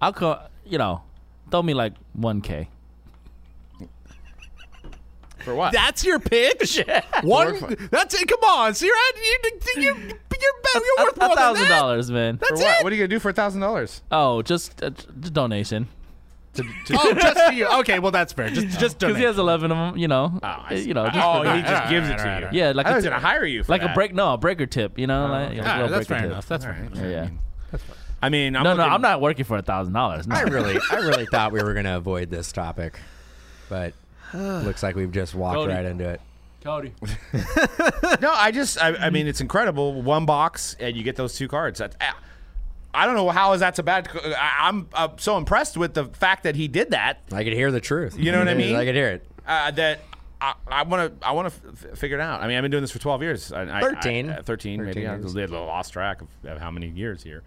S3: I'll call you know, throw me like 1K.
S1: for what?
S4: That's your pitch. One. That's it. Come on. So you're at you. you you're, better. You're worth more than
S3: thousand
S4: that.
S3: dollars, man.
S1: for
S4: That's
S1: what?
S4: it.
S1: What are you gonna do for a thousand dollars?
S3: Oh, just a donation.
S4: Oh, just to you. Okay. Well, that's fair. Just just
S3: Because
S4: donate.
S3: he has 11 of them, you know. Eh, you know, just
S1: oh,
S3: for
S1: he
S3: that.
S1: just gives it to
S4: Alright,
S1: you.
S4: alright,
S3: Yeah, like
S1: I
S3: a
S1: was
S3: t-
S1: gonna hire you for
S3: like a
S1: that.
S3: break. No, a breaker tip. You know, like, you know,
S4: Oh, All right,
S3: little
S4: that's
S3: breaker
S4: fair
S3: tip.
S4: enough. That's fair. enough.
S3: Yeah, yeah.
S1: I mean, I'm
S3: No, no,
S1: looking-
S3: I'm not working for a thousand dollars.
S2: I really, I really thought we were going to avoid this topic, but looks like we've just walked
S3: Cody.
S2: right into it.
S3: Cody.
S1: No, I just, I,
S2: Mm-hmm.
S1: I mean, it's incredible. One box and you get those two cards. That's, ah, I don't know how is that's a bad. I, I'm uh, so impressed with the fact that he did that.
S2: I could hear the truth.
S1: You know what I mean?
S2: I could hear it.
S1: uh, that I- I want to I want to f- figure it out. I mean, I've been doing this for 12 years. I, I-
S2: 13.
S1: I, uh, 13, maybe.
S2: 13
S1: I
S2: years.
S1: did a lost track of, of how many years here.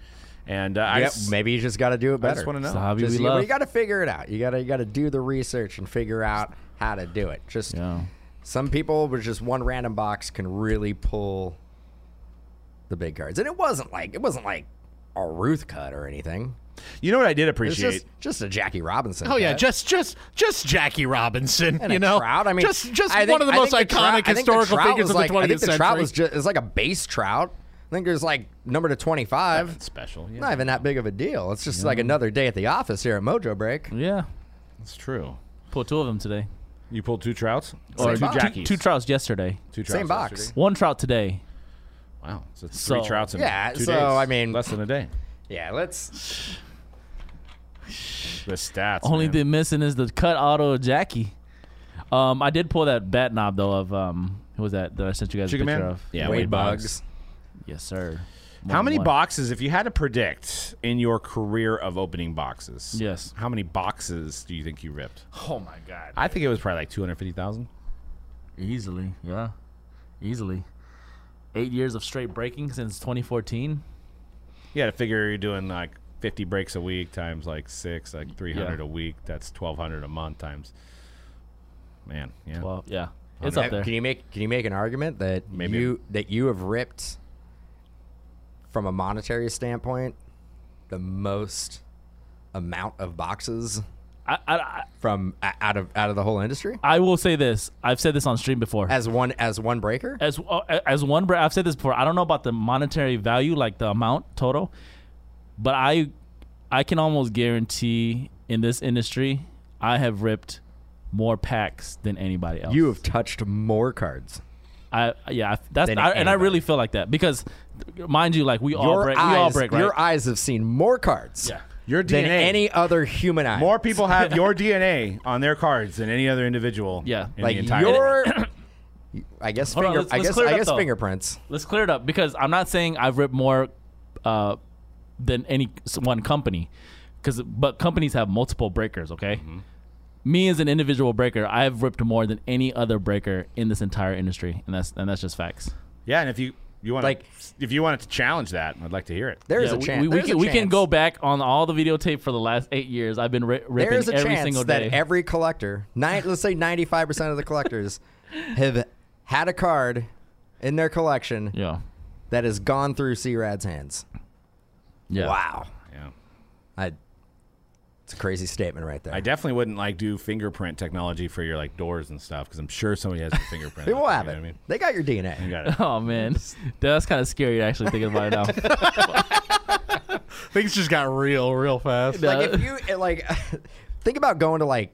S1: And uh, I,
S2: Yep,
S1: just,
S2: maybe you just got to do it
S1: I
S2: better.
S1: just want to know.
S3: It's the hobby
S2: Just-
S3: we
S2: you,
S3: love.
S2: got to figure it out. You got to, you got to do the research and figure out how to do it. Just
S3: yeah.
S2: some people with just one random box can really pull the big cards, and it wasn't like it wasn't like a Ruth cut or anything.
S1: You know what I did
S2: It's
S1: appreciate?
S2: just just a Jackie Robinson.
S4: Oh yeah,
S2: cut.
S4: just just just Jackie Robinson,
S2: and
S4: you
S2: a
S4: know.
S2: trout. I mean,
S4: just just
S2: I
S4: one
S2: think-
S4: of the
S2: I
S4: most
S2: think trout- I
S4: iconic
S2: think the
S4: historical
S2: trout
S4: figures
S2: was
S4: of the
S2: like-
S4: 20th
S2: I think the
S4: century.
S2: trout was just it's like a base trout. I think there's like number to 25.
S1: Nothing special. Yeah,
S2: Not even that big of a deal. It's just like another day at the office here at Mojo Break.
S3: Yeah.
S1: that's true.
S3: Pulled two of them today.
S1: You pulled two trouts
S2: Same
S1: two
S2: box.
S3: Two,
S1: jackies.
S3: two trouts yesterday.
S1: Two trouts
S2: Same box.
S1: yesterday?
S3: One trout today.
S1: Wow, so it's
S3: So-
S1: three trouts in
S2: Yeah,
S1: two
S2: so,
S1: days.
S2: I mean-
S1: less than a day.
S2: Yeah, let's.
S1: The stats.
S3: Only
S1: man.
S3: thing missing is the cut auto of Jackie. Um, I did pull that bat knob though of um, who was that that I sent you guys
S1: Chicken
S3: a picture
S1: Man?
S3: of?
S1: Yeah,
S2: Wade
S1: Wade
S2: Boggs.
S3: Yes, sir.
S1: How
S3: One
S1: many
S3: one.
S1: boxes, if you had to predict in your career of opening boxes?
S3: Yes.
S1: How many boxes do you think you ripped?
S3: Oh my god.
S1: I think it was probably like two hundred fifty thousand.
S3: Easily, yeah, easily. Eight years of straight breaking since 2014.
S1: You got to figure you're doing like 50 breaks a week times like six, like 300
S3: Yeah.
S1: a week. That's 1,200 a month times. Man, yeah.
S3: Well, yeah, it's
S2: Uh,
S3: up there.
S2: Can you make Can you make an argument that
S1: Maybe.
S2: you that you have ripped from a monetary standpoint the most amount of boxes
S3: I, I- I,
S2: from uh, out of out of the whole industry
S3: I will say this. I've said this on stream before.
S2: as one as one breaker?
S3: as uh, as one bra- I've said this before. I don't know about the monetary value, like the amount total, but I I can almost guarantee in this industry, I have ripped more packs than anybody else.
S2: You have touched more cards.
S3: I yeah, I- that's
S2: Than
S3: I, and I
S2: anybody.
S3: really feel like that because, mind you, like we all
S2: your
S3: break,
S2: eyes,
S3: we all break, right?
S2: your eyes have seen more cards
S3: yeah.
S1: Your
S2: than any other human eye.
S1: More people have your DNA on their cards than any other individual.
S3: Yeah.
S1: In
S2: like
S1: the entire
S2: your, I guess
S3: Hold on,
S2: finger,
S3: let's-
S2: I
S3: let's
S2: guess
S3: clear it
S2: I
S3: up,
S2: guess
S3: though.
S2: fingerprints.
S3: Let's clear it up because I'm not saying I've ripped more uh, than any s- one company. because but companies have multiple breakers. Okay, me as an individual breaker, I've ripped more than any other breaker in this entire industry, and that's and that's just facts.
S1: Yeah, and if you you want
S2: Like-
S1: like if you wanted to challenge that, I'd like to hear it.
S2: There is
S3: Yeah,
S2: a
S3: we-
S2: chance.
S3: we, we,
S2: there's
S3: can,
S2: a
S3: we can
S2: chance-
S3: go back on all the videotape for the last eight years. I've been ri- ripping
S2: There's a
S3: every
S2: chance
S3: single
S2: that
S3: day.
S2: every collector, nine, let's say 95% of the collectors, have had a card in their collection
S3: yeah,
S2: that has gone through C-Rad's hands.
S3: yeah.
S2: Wow.
S1: Yeah.
S2: I, it's a crazy statement right there.
S1: I definitely wouldn't like do fingerprint technology for your like doors and stuff because I'm sure somebody has a fingerprint.
S2: People
S1: out there,
S2: have
S1: you
S2: it.
S1: know what I mean,
S2: They got your DNA.
S1: you got it.
S3: Oh man, that's kind of scary actually thinking about it now.
S4: Things just got real, real fast.
S2: like if you it, like think about going to like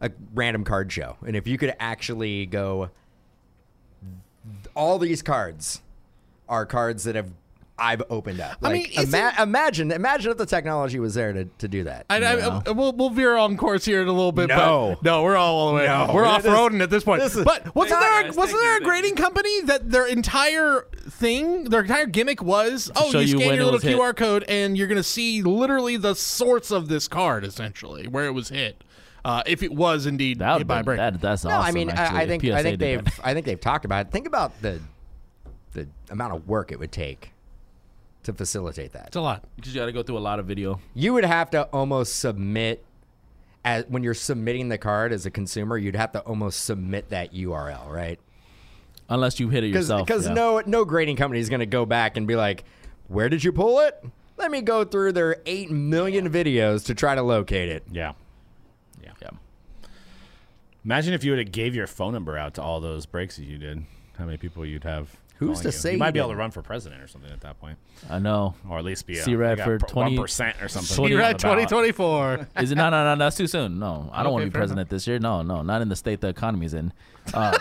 S2: a random card show and if you could actually go all these cards are cards that have I've opened up.
S4: I
S2: Like,
S4: mean, isn't-
S2: ima- imagine, imagine if the technology was there to, to do that.
S4: I, I- I- we'll, we'll veer on course here in a little bit.
S2: No.
S4: but no, we're all all the way. We're
S2: This-
S4: off roading at this point.
S2: this is-
S4: but wasn't
S3: Thank you,
S4: there
S3: guys.
S4: wasn't there
S3: Thank you,
S4: a
S3: thank
S4: grading company that their entire thing, their entire gimmick was, oh,
S3: show
S4: you
S3: you
S4: scan
S3: when
S4: your
S3: it
S4: little
S3: was hit.
S4: QR code and you're gonna see literally the source of this card, essentially where it was hit, uh, if it was indeed
S3: That would
S4: hit by a
S3: be,
S4: break.
S3: that, that's
S2: no,
S3: awesome.
S2: I mean,
S3: actually,
S2: I, I
S3: if
S2: think,
S3: PSA
S2: I think
S3: did
S2: they've,
S3: that.
S2: I think they've talked about it. Think about the, the amount of work it would take to facilitate that.
S4: it's a lot. Uh,
S3: because you got to go through a lot of video.
S2: you would have to almost submit as when you're submitting the card as a consumer you'd have to almost submit that url right
S3: Unless you hit it yourself.
S2: because
S3: yeah.
S2: no no grading company is going to go back and be like where did you pull it let me go through their 8 million videos to try to locate it
S1: Yeah.
S3: Yeah.
S1: Imagine if you would have gave your phone number out to all those breaks that you did. How many people you'd have?
S2: Who's
S1: calling
S2: to
S1: you.
S2: say
S1: you might
S2: you
S1: be able to
S2: didn't?
S1: run for president or something at that point,
S3: I know.
S1: or at least be a,
S3: See, Rad,
S1: like a
S3: for
S1: pro-
S3: 20
S1: 1% or something.
S3: 20
S4: You're
S1: on
S4: at
S1: the ballot.
S4: 2024.
S3: Is it no, no, no? That's too soon. No, I don't want
S4: Okay,
S3: to be
S4: fair
S3: president this year. No, no, not in the state the economy's in. Um,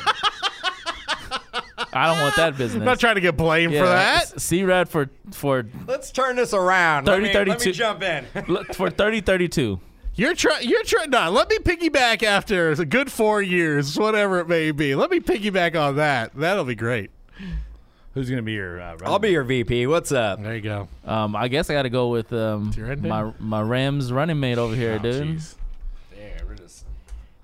S3: I don't want that business.
S4: I'm not trying to get blamed for that.
S3: C Rad for for
S2: let's turn this around
S3: 30, 32.
S2: in
S3: look, for thirty thirty two.
S4: You're trying. You're trying. Nah, let me piggyback after a good four years, whatever it may be. Let me piggyback on that. That'll be great.
S1: Who's going to be your? Uh,
S2: i'll be your vp what's up
S4: There you go.
S3: Um, I guess I got to go with um
S4: your end Oh,
S3: my my Rams running mate over here, dude,
S2: yeah we're just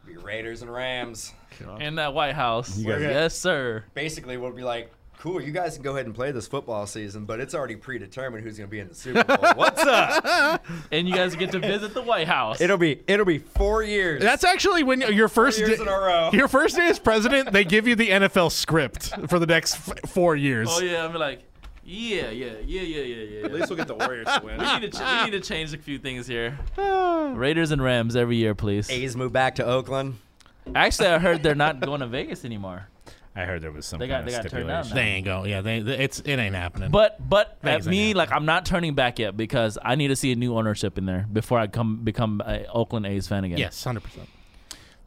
S2: be raiders and rams
S3: in that White House.
S1: guys-
S3: yes, sir.
S2: basically we'll be like cool you guys can go ahead and play this football season but it's already predetermined who's going to be in the super bowl what's up
S3: And you guys get to visit the White House.
S2: It'll be it'll be four years.
S4: That's actually when your first
S2: years
S4: di-
S2: in a row.
S4: your first day as president, they give you the NFL script for the next f- four years.
S3: oh yeah, I'm like, yeah, yeah, yeah, yeah, yeah, yeah.
S1: At least we'll get the Warriors to win.
S3: we, need to ch- we need to change a few things here. Raiders and Rams every year, please.
S2: A's move back to Oakland.
S3: Actually, I heard they're not going to Vegas anymore.
S1: I heard there was some
S3: They got-
S1: kind of
S3: they got turned down
S1: stipulation.
S3: now.
S4: ain't go. Yeah, they, they- it's it ain't happening.
S3: But but
S4: Vegas ain't
S3: at me,
S4: happening.
S3: like I'm not turning back yet because I need to see a new ownership in there before I come become a Oakland A's fan again.
S4: yes, hundred percent.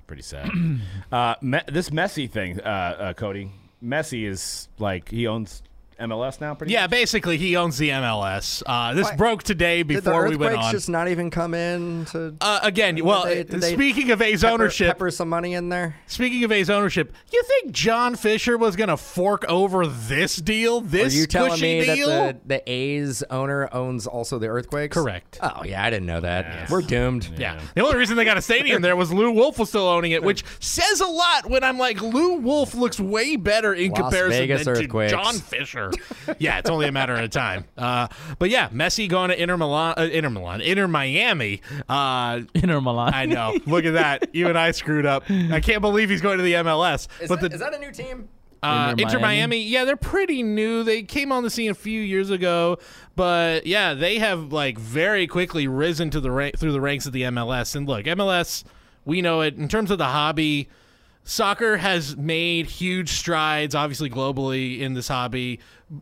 S1: Pretty sad. uh, me- this Messi thing, uh, uh, Cody. Messi is like he owns MLS now. Pretty
S4: Yeah,
S1: much?
S4: basically he owns the MLS. Uh, this
S2: Why-
S4: broke today
S2: Did the
S4: before we
S2: earthquakes
S4: went on.
S2: just not even come in to
S4: uh, again, well,
S2: they- did they
S4: speaking of A's
S2: pepper,
S4: ownership,
S2: pepper some money in there?
S4: Speaking of A's ownership, you think John Fisher was going to fork over this deal,
S2: Are
S4: this
S2: you telling
S4: cushy
S2: me
S4: deal?
S2: that the, the A's owner owns also the earthquakes?
S4: Correct.
S2: Oh yeah, I didn't know that.
S1: Yes.
S2: We're doomed.
S4: yeah. The only reason they got a stadium there was Lou Wolf was still owning it, which says a lot when I'm like, Lou Wolf looks way better in
S2: Las
S4: comparison
S2: Vegas
S4: than to
S2: earthquakes.
S4: John Fisher. yeah, it's only a matter of time. Uh, but yeah, Messi going to Inter Milan, uh, Inter Milan, Inter Miami. Uh,
S3: Inter Milan.
S4: I know. Look at that. You and I screwed up. I can't believe he's going to the MLS.
S2: Is,
S4: but
S2: that,
S4: the,
S2: is that a new team?
S4: Uh,
S3: Inter
S4: Inter
S3: Miami?
S4: Miami, yeah, they're pretty new. They came on the scene a few years ago, but yeah, they have like very quickly risen to the ra- through the ranks of the MLS. And look, MLS, we know it in terms of the hobby. Soccer has made huge strides, obviously globally in this hobby.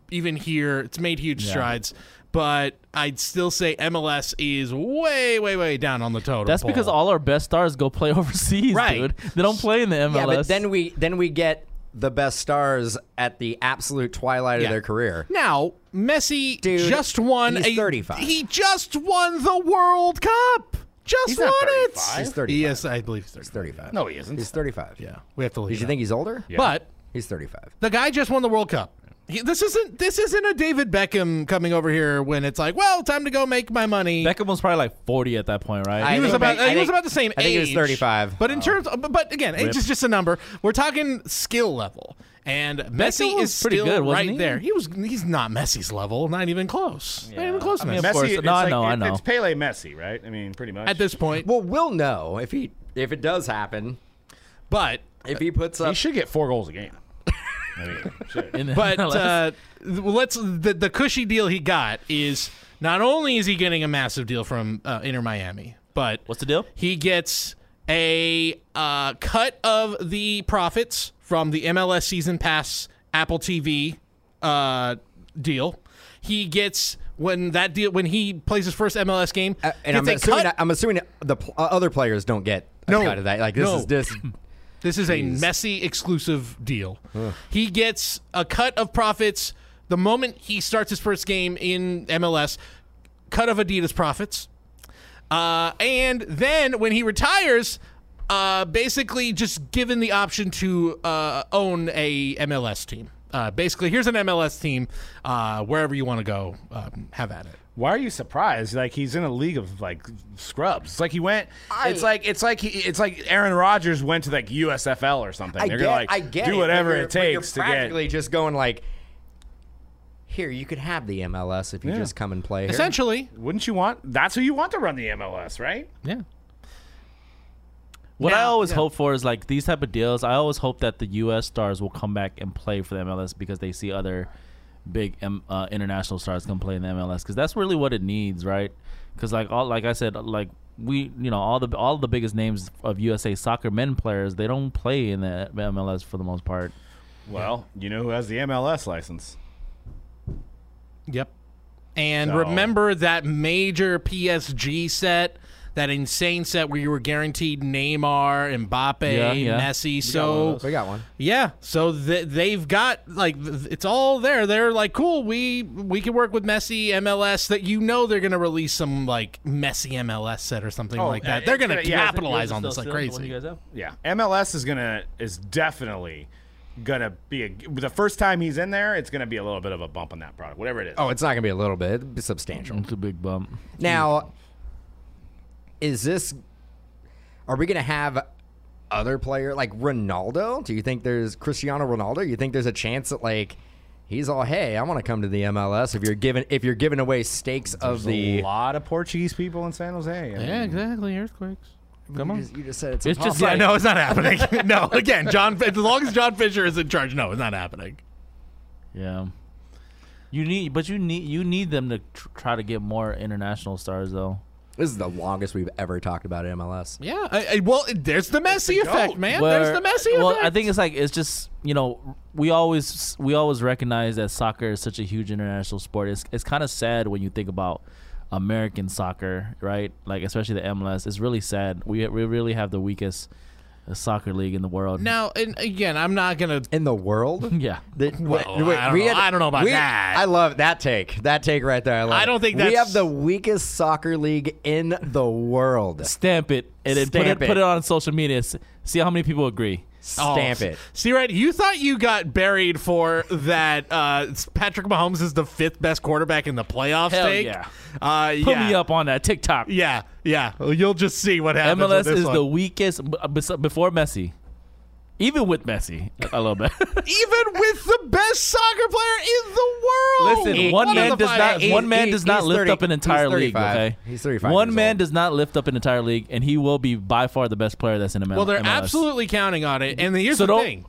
S4: Even here, it's made huge strides, but I'd still say MLS is way, way, way down on the totem.
S3: That's because
S4: pole.
S3: all our best stars go play overseas,
S4: Right.
S3: dude. They don't play in the MLS.
S2: Yeah, but then we then we get the best stars at the absolute twilight
S4: Yeah.
S2: of their career.
S4: Now, Messi
S2: Dude,
S4: just won
S2: he's
S4: a
S2: 35.
S4: He just won the World Cup. Just
S1: He's
S4: won
S1: not
S4: it.
S1: 35.
S2: He's 35.
S4: Yes, I believe he's 35.
S2: Thirty-five.
S1: No, he isn't.
S2: he's thirty-five.
S4: Yeah, we have to
S2: Did
S4: leave.
S2: you think he's older?
S1: Yeah.
S4: But
S2: He's thirty-five.
S4: the guy just won the World Cup. He- this isn't this isn't a David Beckham coming over here when it's like, well, time to go make my money.
S3: Beckham was probably like 40 at that point, right?
S2: I
S4: he was
S2: think
S4: about
S2: Beck- I
S4: he was
S2: think-
S4: about the same
S2: I think he was Oh.
S4: age,
S2: 35.
S4: But in terms, but- but again, age is just a number. We're talking skill level, and Messi
S3: was
S4: is
S3: pretty
S4: still
S3: good, wasn't
S4: right
S3: he?
S4: there. He was he's not Messi's level, not even close, not
S3: Yeah.
S4: even close.
S3: I mean,
S4: Messi.
S3: Of course.
S1: Messi,
S3: No, I
S1: it's
S3: know,
S1: like,
S3: I
S1: it-
S3: know.
S1: It's Pele Messi, right? I mean, pretty much.
S4: at this point,
S2: Well, we'll know if he if it does happen.
S4: but
S2: If he puts
S1: he
S2: up,
S1: should get four goals a game. I mean, shit.
S3: uh, In the
S4: but
S3: MLS.
S4: uh, th- let's the, the cushy deal he got is not only is he getting a massive deal from uh, Inter Miami, but
S3: What's the deal?
S4: He gets a uh, cut of the profits from the MLS season pass Apple TV uh, deal. He gets when that deal when he plays his first MLS game.
S2: uh, and I'm
S4: gets a
S2: assuming,
S4: cut.
S2: I'm assuming the pl- uh, other players don't get a
S4: No.
S2: cut of that. Like this
S4: No.
S2: is just
S4: This is a messy exclusive deal. He gets a cut of profits the moment he starts his first game in MLS, cut of Adidas profits. Uh, and then when he retires, uh, basically just given the option to uh, own a MLS team. Uh, basically, here's an MLS team. Uh, wherever you want to go, um, have at it.
S1: Why are you surprised? Like he's in a league of like scrubs. It's like he went. it's like it's like he, it's like Aaron Rodgers went to like USFL or something.
S2: I
S1: They're
S2: get,
S1: gonna like
S2: I get
S1: do
S2: it,
S1: whatever
S2: but you're-
S1: it
S2: but
S1: takes to
S2: you're
S1: get.
S2: practically just going like, here you could have the MLS if you just come and play here.
S4: Essentially,
S1: Wouldn't you want? That's who you want to run the MLS, right?
S4: yeah.
S3: What I
S4: Now-
S3: always
S4: yeah.
S3: hope for is like these type of deals. I always hope that the U.S. stars will come back and play for the MLS because they see other big M- uh, international stars come play in the MLS because that's really what it needs, right? Because like all like I said, like we you know all the all the biggest names of USA soccer men players they don't play in the MLS for the most part.
S1: Well, you know who has the MLS license?
S4: Yep. And
S1: So-
S4: remember that major PSG set, that insane set where you were guaranteed Neymar, Mbappe,
S3: Yeah, yeah.
S4: Messi.
S1: one
S4: so
S1: of
S2: we got one.
S4: yeah, so th- they've got like th- it's all there. They're like, cool, we we can work with Messi MLS. That you know they're gonna release some like Messi MLS set or something like that.
S1: uh,
S4: They're gonna
S1: yeah, yeah,
S4: capitalize on this like
S3: You
S4: crazy.
S3: guys have?
S1: Yeah, MLS is gonna is definitely gonna be a, the first time he's in there. It's gonna be a little bit of a bump on that product, whatever it is.
S2: Oh, it's not gonna be a little bit. It'll be substantial.
S3: It's a big bump.
S2: Now, is this? Are we gonna have other player like Ronaldo? Do you think there's Cristiano Ronaldo? You think there's a chance that like he's all, hey, I want to come to the MLS if you're giving if you're giving away stakes of
S1: a
S2: the.
S1: lot of Portuguese people in San Jose. I mean,
S4: exactly. Earthquakes. Come
S2: You just, you just said it's.
S3: It's just
S2: impossible.
S4: Yeah,
S3: like-
S4: no, it's not happening. no, again, John. As long as John Fisher is in charge, no, it's not happening.
S3: Yeah. You need, but you need, you need them to tr- try to get more international stars, though.
S2: This is the longest we've ever talked about MLS.
S4: Yeah. I, I, well, there's the messy effect,
S1: goat.
S4: man.
S3: Where-
S4: there's the messy
S3: Well,
S4: effect.
S3: I think it's like it's just you know we always we always recognize that soccer is such a huge international sport. It's it's kind of sad when you think about American soccer, right? Like especially the MLS. It's really sad. We we really have the weakest soccer league in the world.
S4: now, and again, I'm not gonna.
S2: In the world?
S3: yeah.
S2: The-
S4: Well, I don't know- I don't know about
S2: we-
S4: that.
S2: I love that take. That take right there. I, love
S4: I
S2: it.
S4: don't think
S2: we
S4: that's-
S2: have the weakest soccer league in the world.
S3: Stamp it and then put
S2: Stamp
S3: it,
S2: it.
S3: put it on social media. S- See how many people agree.
S4: Oh,
S2: Stamp it.
S4: See, right? You thought you got buried for that. Uh, Patrick Mahomes is the fifth best quarterback in the playoffs.
S3: Hell
S4: take.
S3: yeah.
S4: Uh,
S3: Put
S4: yeah.
S3: me up on that TikTok.
S4: Yeah, yeah. Well, You'll just see what happens. with
S3: MLS
S4: this
S3: is
S4: one.
S3: the weakest b- bes- before Messi, even with Messi a- a little bit.
S4: even with the best soccer player in the world.
S3: Listen,
S2: He-
S3: one
S2: one
S3: man
S2: of the
S3: does not
S2: five-
S3: one man
S2: he-
S3: does not
S2: he's
S3: lift
S2: 30
S3: up an entire
S2: he's
S3: league.
S2: 35.
S3: Okay,
S2: He's 35
S3: One
S2: years
S3: man
S2: old.
S3: does not lift up an entire league, and he will be by far the best player that's in MLS.
S4: Well, they're
S3: MLS.
S4: absolutely counting on it. And here's
S3: So
S4: the
S3: don't-
S4: thing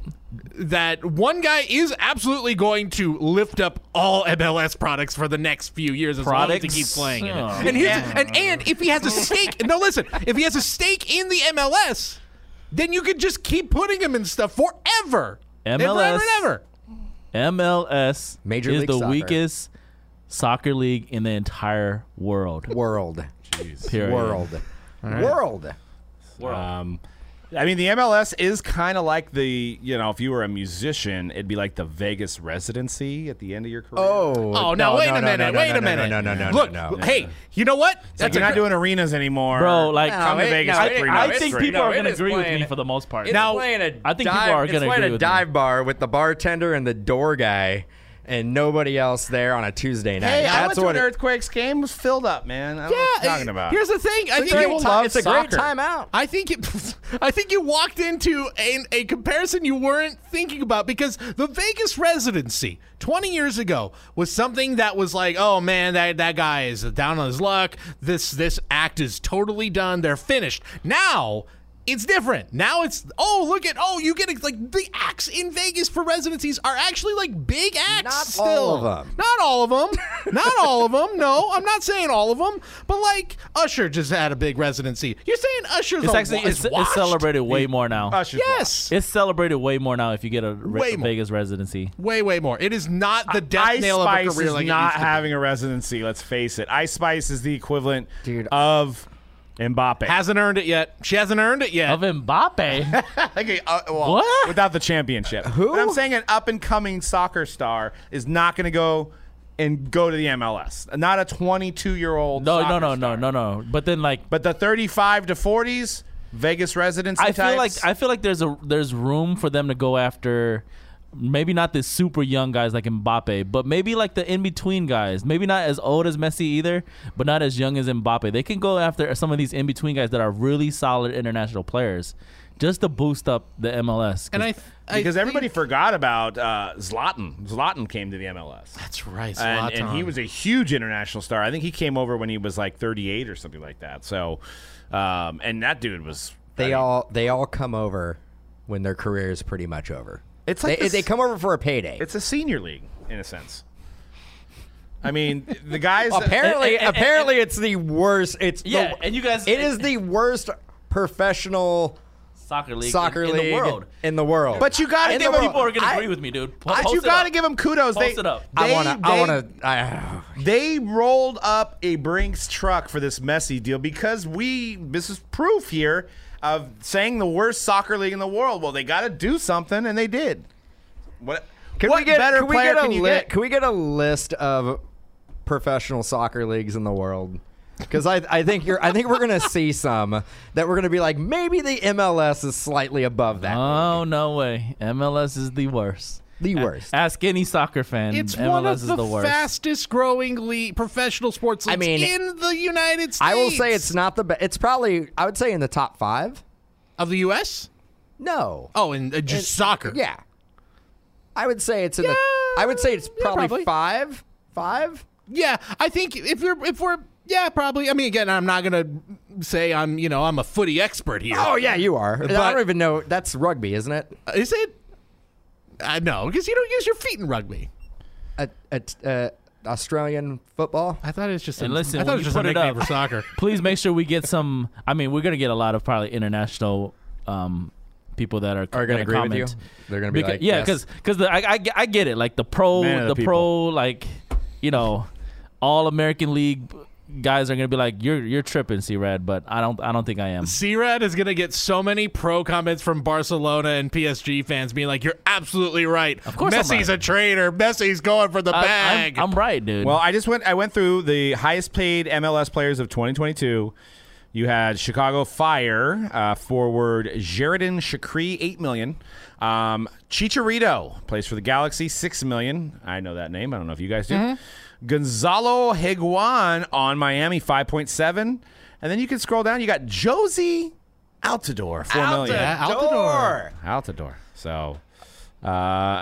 S4: that one guy is absolutely going to lift up all MLS products for the next few years as long as
S3: Products?
S4: he keeps playing in it.
S3: Oh.
S4: And, here's the- and, and if he has a stake, no, listen, if he has a stake in the MLS, then you could just keep putting him in stuff forever. And forever
S3: MLS.
S4: and ever.
S3: MLS
S2: Major
S3: is
S2: League
S3: the
S2: Soccer.
S3: weakest soccer league in the entire world.
S2: World.
S3: Period. Uh,
S2: World. World.
S1: Um, I mean, the MLS is kind of like the you know, if you were a musician, it'd be like the Vegas residency at the end of your career.
S2: Oh.
S4: Oh, now wait a
S2: no,
S4: minute.
S2: no,
S4: wait
S2: no,
S4: a minute.
S2: No, no, no, no.
S4: Look,
S2: no, no.
S4: hey, you know what?
S1: Like,
S4: That's
S1: you're
S4: a
S1: not
S4: great-
S1: doing arenas anymore,
S3: Bro, like,
S2: No,
S1: Come to
S2: it-
S1: Vegas
S2: no,
S1: for
S2: it-
S1: three
S2: I
S3: I
S1: nights
S3: think
S1: straight.
S3: people are
S2: No,
S3: going to
S2: it is
S3: agree with
S2: playing-
S3: me for the most part.
S2: It's
S4: Now-
S2: playing a
S3: I think people
S2: dive-
S3: are gonna
S2: it's playing
S3: agree
S2: a
S3: with me.
S2: dive bar with the bartender and the door guy. and nobody else there on a Tuesday night.
S1: Hey, I went
S2: That's
S1: to
S2: what
S1: an
S2: it-
S1: Earthquakes game. was filled up, man. I don't know what you're talking about.
S4: Here's the thing. I
S2: It's a
S4: think
S2: great
S4: you will
S2: time-
S4: love
S2: it's a
S4: soccer.
S2: great time out.
S4: I think it, I think you walked into a, a comparison you weren't thinking about because the Vegas residency 20 years ago was something that was like, oh man, that, that guy is down on his luck. This this act is totally done. They're finished. Now it's different. Now it's oh look at oh you get it, like the acts in Vegas for residencies are actually like big acts.
S2: Not
S4: still.
S2: all of 'em.
S4: Not all of them. Not all of them. No, I'm not saying all of them. But like Usher just had a big residency. You're saying Usher's
S3: It's
S4: a,
S3: actually
S4: is
S3: it's, it's
S4: washed?
S3: celebrated way more now.
S1: Usher's
S4: Yes,
S3: It's celebrated way more now if you get a re-
S4: Way more.
S3: Vegas residency.
S4: way way more. It is not the death
S1: Ice
S4: nail
S1: Spice
S4: of a career.
S1: is
S4: like it
S1: not
S4: used to be.
S1: having a residency. Let's face it. Ice Spice is the equivalent
S2: Dude.
S1: of Mbappe.
S4: hasn't earned it yet. She hasn't earned it yet.
S3: Of Mbappe,
S1: okay, uh, well,
S3: What?
S1: Without the championship. Who? But I'm saying an up and coming soccer star is not going to go and go to the MLS. Not a 22 year old.
S3: no, no, no, no, no, no. But then like
S1: But the 35 to 40s Vegas residency.
S3: I feel like
S1: types,
S3: I feel like there's a there's room for them to go after maybe not the super young guys like Mbappe, but maybe like the in between guys. Maybe not as old as Messi either, but not as young as Mbappe. They can go after some of these in between guys that are really solid international players, just to boost up the MLS. 'Cause
S4: and I, I
S1: because
S4: think-
S1: everybody forgot about uh, Zlatan. Zlatan came to the MLS.
S4: That's right.
S1: and, and he
S4: Zlatan.
S1: was a huge international star. I think he came over when he was like 38 or something like that. So, um, and that dude was. I
S2: They
S1: mean,
S2: all they all come over when their career is pretty much over.
S1: It's like
S2: they,
S1: this-
S2: they come over for a payday.
S1: It's a senior league in a sense. I mean, the guys.
S2: apparently,
S3: and- and-
S2: apparently, it's the worst. It's the-
S3: Yeah, and you guys-
S2: it is the worst professional
S3: soccer league,
S2: soccer
S3: in, in
S2: league
S3: the world.
S2: in the world.
S1: But you got to
S3: And
S1: give
S3: the
S1: them.
S3: people are gonna
S1: I-
S3: agree with me, dude. Po-
S1: But
S3: post
S1: you
S3: it
S1: got to
S3: up.
S1: give them kudos. they,
S3: Post it up.
S2: I
S1: they-
S2: want to. I
S1: they-
S2: want to. I,
S1: They rolled up a Brinks truck for this messy deal because we, this is proof here of saying the worst soccer league in the world. Well, they got to do something, and they did. What,
S2: Can
S1: what
S2: we get,
S1: better
S2: can we
S1: player
S2: get a
S1: can you
S2: li-
S1: get?
S2: Can we get a list of professional soccer leagues in the world? Because I, I think you're I think we're gonna see some that we're gonna be like maybe the MLS is slightly above that.
S3: Oh no way! MLS is the worst.
S2: the worst.
S3: Ask any soccer fan.
S4: It's
S3: MLS
S4: one of
S3: is
S4: the,
S3: the worst.
S4: fastest growing league, professional sports leagues
S2: I mean,
S4: in the United States.
S2: I will say it's not the best. It's probably I would say in the top five.
S4: of the U.S.
S2: No.
S4: Oh, and uh, just soccer.
S2: Yeah. I would say it's in the. I would say it's
S4: yeah,
S2: probably,
S4: probably.
S2: five. Five.
S4: Yeah, I think if you're if we're yeah, probably. I mean, again, I'm not gonna say I'm you know I'm a footy expert here.
S2: Oh yeah, you are. I
S4: But-
S2: don't even know. That's rugby, isn't it?
S4: is it? I know because you don't use your feet in rugby.
S2: A, a, uh Australian football.
S4: I thought it was just.
S3: And
S4: a,
S3: listen,
S4: I thought
S3: when
S4: it was
S3: you
S4: just a
S3: put it
S4: nickname
S3: up-
S4: for soccer.
S3: please make sure we get some. I mean, we're gonna get a lot of probably international um, people that are
S2: Are gonna
S3: gonna
S2: agree with
S3: comment.
S2: you? They're gonna be
S3: Because-
S2: like,
S3: yeah,
S2: yes.
S3: because I, I I get it. Like the pro
S1: Man of
S3: the,
S1: the
S3: pro like you know all American League guys are gonna be like you're you're tripping, C-Rad, but I don't I don't think I am.
S4: C-Red is gonna get so many pro comments from Barcelona and PSG fans being like, "You're absolutely right. Uh, Of
S3: course I'm
S4: Messi's
S3: right.
S4: a traitor. Messi's going for the
S3: I, am
S4: bag."
S3: I'm right, dude.
S1: Well, I just went. I went through the highest paid MLS players of 2022. You had Chicago Fire uh, forward Sheridan Shakri, eight million. Um, Chicharito plays for the Galaxy, six million. I know that name. I don't know if you guys do.
S2: Mm-hmm.
S1: Gonzalo Higuan on Miami, five point seven. And then you can scroll down. You got Josie Altador, four million.
S4: Yeah, out the door.
S1: Altidore. So, uh,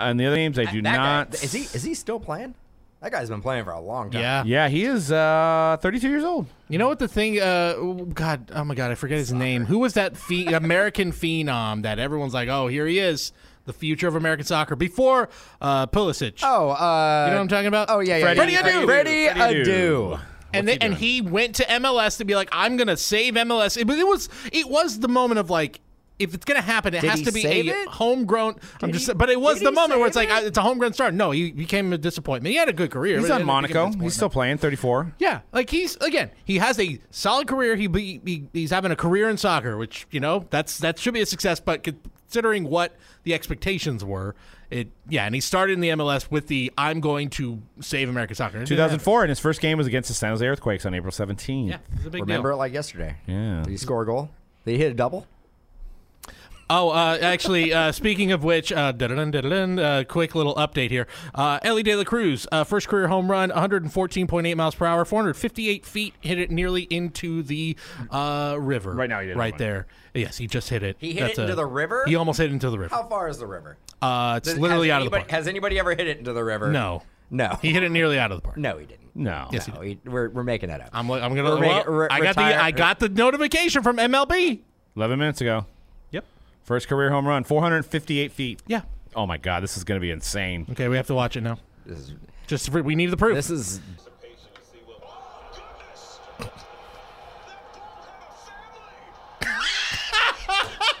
S1: and the other names I do
S2: That guy-
S1: not.
S2: is he is he still playing? That guy's been playing for a long time.
S4: Yeah.
S1: Yeah, he is uh, 32 years old.
S4: You know what the thing? Uh, oh, God, oh my God, I forget his name. Who was that phe- American phenom that everyone's like, oh, here he is, the future of American soccer before uh, Pulisic.
S2: Oh, uh,
S4: you know what I'm talking about?
S2: Oh yeah, yeah.
S1: Freddie
S2: yeah.
S1: Adu.
S2: Freddie
S1: Freddie
S2: Adu.
S1: Adu.
S4: and they, and he went to MLS to be like, I'm gonna save MLS. It, but it was it was the moment of like. If it's gonna happen, it
S2: Did
S4: has
S2: he
S4: to be
S2: save
S4: a
S2: it?
S4: homegrown. I'm just, but it was
S2: did
S4: the
S2: he
S4: moment where
S2: save
S4: it's like I, it's a homegrown star. No, he became a disappointment. He had a good career.
S1: He's
S4: but
S1: on
S4: it became a
S1: Monaco.
S4: disappointment.
S1: He's still playing, 34.
S4: Yeah, like he's again, he has a solid career. He, be, he he's having a career in soccer, which you know that's that should be a success. But considering what the expectations were, it yeah, and he started in the MLS with the "I'm going to save American soccer."
S1: 2004, and his first game was against the San Jose Earthquakes on April 17.
S4: Yeah, it's a big
S2: Remember
S4: deal.
S2: it like yesterday.
S1: Yeah.
S2: Did he score a goal? Did he hit a double?
S4: Oh, uh, actually, uh, speaking of which, uh, da-da-dun, da-da-dun, uh, quick little update here. Uh, Ellie De La Cruz, uh, first career home run, 114.8 miles per hour, 458 feet, hit it nearly into the uh, river.
S1: Right now he didn't
S4: Right
S1: win.
S4: there. Yes, he just hit it.
S2: He hit it into the river?
S4: He almost hit it into the river.
S2: How far is the river?
S4: Uh, it's
S2: Does-
S4: literally
S2: has
S4: out of the
S2: anybody-
S4: park.
S2: Has anybody ever hit it into the river?
S4: no.
S2: No.
S4: He hit it nearly out of the park.
S2: no, he didn't.
S1: No.
S4: Yes,
S2: No, he, we're, we're making that up.
S4: I'm, li- I'm gonna.
S2: Or make it
S4: well,
S2: re-
S4: I got
S2: retire-
S4: the I got the notification from MLB.
S1: 11 minutes ago.
S4: Yep.
S1: First career home run, 458 feet.
S4: Yeah.
S1: Oh my God, this is going to be insane.
S4: Okay, we have to watch it now.
S2: this is,
S4: Just for, we need the proof.
S2: this is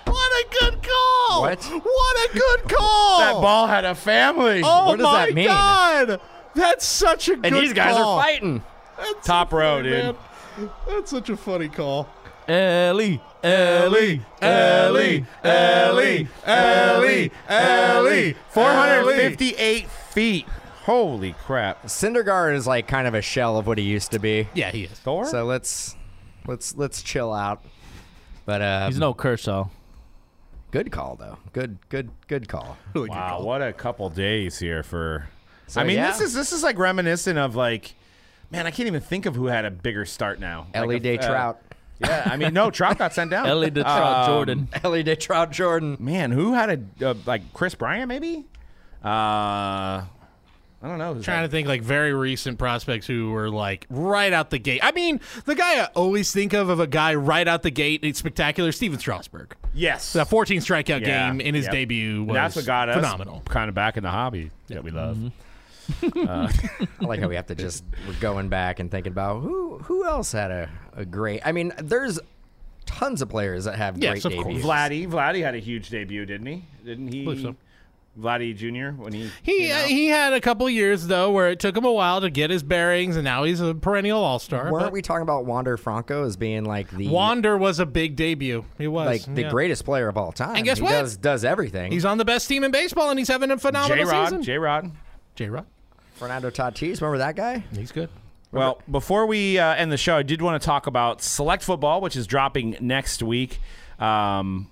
S4: what a good call!
S2: What?
S4: What a good call!
S1: That ball had a family.
S4: Oh
S2: What does
S4: my
S2: that mean?
S4: god! That's such a good
S2: and these guys
S4: call.
S2: are fighting.
S4: That's
S1: Top
S4: so
S1: row,
S4: funny,
S1: dude.
S4: man. That's such a funny call.
S3: Ellie, Ellie, Ellie, Ellie, Ellie, Ellie.
S1: 458 feet. Holy crap.
S2: Syndergaard is like kind of a shell of what he used to be.
S4: Yeah, he is.
S1: Thor?
S2: So let's let's let's chill out. But uh,
S3: He's no Kershaw.
S2: good call though. Good good good call.
S4: Really good
S1: wow,
S4: call.
S1: what a couple days here for. I mean,
S2: yeah.
S1: this is this is like reminiscent of like, man, I can't even think of who had a bigger start now. Like
S4: E
S2: Ellie
S1: a-
S2: Day
S1: uh,
S2: E Trout.
S1: Yeah, I mean, no, Trout got sent down.
S3: Ellie to
S1: Um,
S3: Trout Jordan.
S2: Ellie Day E Trout Jordan.
S1: Man, who had a uh, like Chris Bryant maybe? Uh, I don't know. Who's
S4: Trying to
S1: that?
S4: think like very recent prospects who were like right out the gate. I mean, the guy I always think of of a guy right out the gate, it's spectacular. Steven Strasburg.
S1: yes,
S4: The 14 strikeout
S1: Yeah,
S4: game in his
S1: yep.
S4: debut
S1: And
S4: was
S1: that's what got us
S4: phenomenal. Mm-hmm.
S1: kind of back in the hobby that we love.
S2: I like how we have to just we're going back and thinking about who who else had a, a great. I mean, there's tons of players that have
S4: Yes,
S2: great
S4: of course.
S2: debuts.
S1: Vladdy, Vladdy had a huge debut, didn't he? Didn't he?
S4: Believe so.
S1: Vladdy Jr. when he
S4: He uh, he had a couple years though where it took him a while to get his bearings, and now he's a perennial all star.
S2: Weren't we talking about Wander Franco as being like the
S4: Wander was a big debut. He was
S2: like the
S4: yeah.
S2: greatest player of all time?
S4: And guess
S2: he
S4: what?
S2: Does does everything.
S4: He's on the best team in baseball, and he's having a phenomenal
S1: J Rod,
S4: season.
S1: J Rod.
S4: J Rod,
S2: Fernando Tatis. Remember that guy?
S4: he's good.
S1: Well, before we uh, end the show, I did want to talk about Select Football, which is dropping next week. Um,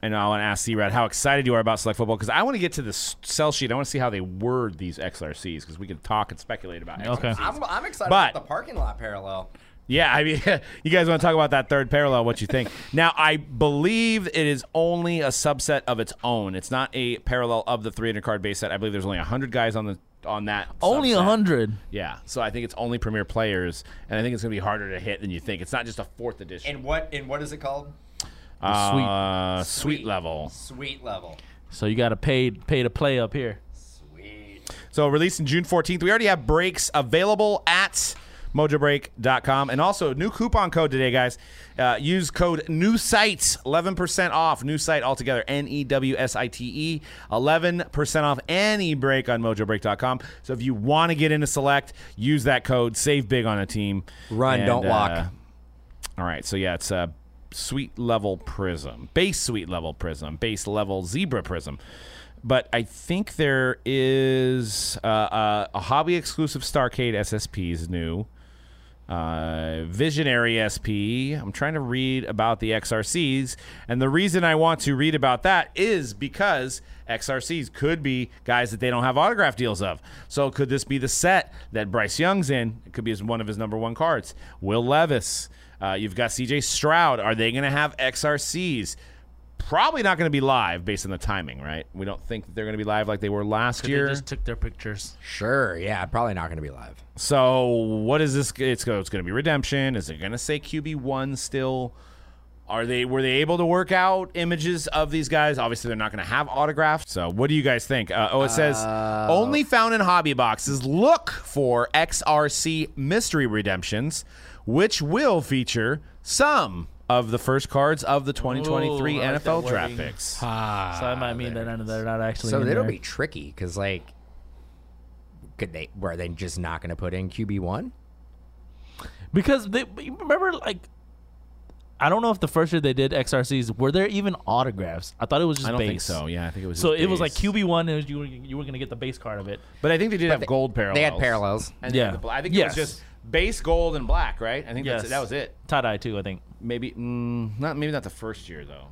S1: and I want to ask C-Rad how excited you are about Select Football because I want to get to the s- sell sheet. I want to see how they word these XRCs because we can talk and speculate about XRCs.
S3: Okay.
S2: I'm, I'm excited
S1: But-
S2: about the parking lot parallel.
S1: Yeah, I mean, you guys want to talk about that third parallel? What you think? now, I believe it is only a subset of its own. It's not a parallel of the 300 card base set. I believe there's only 100 guys on the on that.
S3: Only
S1: subset.
S3: a hundred.
S1: Yeah, so I think it's only premier players, and I think it's going to be harder to hit than you think. It's not just a fourth edition.
S2: And what and what is it called?
S1: uh, sweet level.
S2: Sweet level.
S3: So you got to pay pay to play up here.
S2: Sweet.
S1: So releasing June 14th. We already have breaks available at mojobreak.com. And also, new coupon code today, guys. Uh, use code new site 11% off. New site altogether, N E W S I T E. 11% off any break on mojobreak.com. So if you want to get into select, use that code. Save big on a team. uh,
S2: Run, don't walk.
S1: All right. So yeah, it's a sweet level prism, base sweet level prism, base level zebra prism. But I think there is uh, uh, a hobby exclusive Starcade SSP is new. Uh, Visionary SP. I'm trying to read about the XRCs, and the reason I want to read about that is because XRCs could be guys that they don't have autograph deals of. So could this be the set that Bryce Young's in? It could be his, one of his number one cards. Will Levis. Uh, you've got CJ Stroud. Are they going to have XRCs? Probably not going to be live based on the timing, right? We don't think that they're going to be live like they were last year.
S3: took their pictures.
S2: Sure. Yeah. Probably not going to be live.
S1: So what is this? It's go- it's going to be redemption. Is it going to say QB one still? Are they were they able to work out images of these guys? Obviously, they're not going to have autographs. So what do you guys think? Uh, oh, it says only found in hobby boxes. Look for XRC mystery redemptions, which will feature some of the first cards of the 2023
S3: Ooh, I like
S1: NFL
S3: that
S1: draft
S3: wording.
S1: picks.
S4: Ah,
S3: So that might mean that none of- they're not actually.
S2: So
S3: in
S2: it'll
S3: there.
S2: be tricky because like, could they? Were they just not going to put in QB one?
S3: because they remember like. I don't know if the first year they did XRCs were there even autographs. I thought it was just
S1: I don't
S3: base.
S1: think so. Yeah, I think it was.
S3: So
S1: just
S3: it was like
S1: base.
S3: QB one, and you were you were gonna get the base card of it.
S1: But I think they did have
S2: they-
S1: gold parallels.
S2: They had parallels.
S1: And yeah,
S3: Yeah.
S1: the bla- I think
S3: Yes.
S1: it was just base gold and black, right? I think that's
S3: Yes.
S1: that was it.
S3: Tie dye too, I think.
S1: Maybe mm, not. Maybe not the first year though.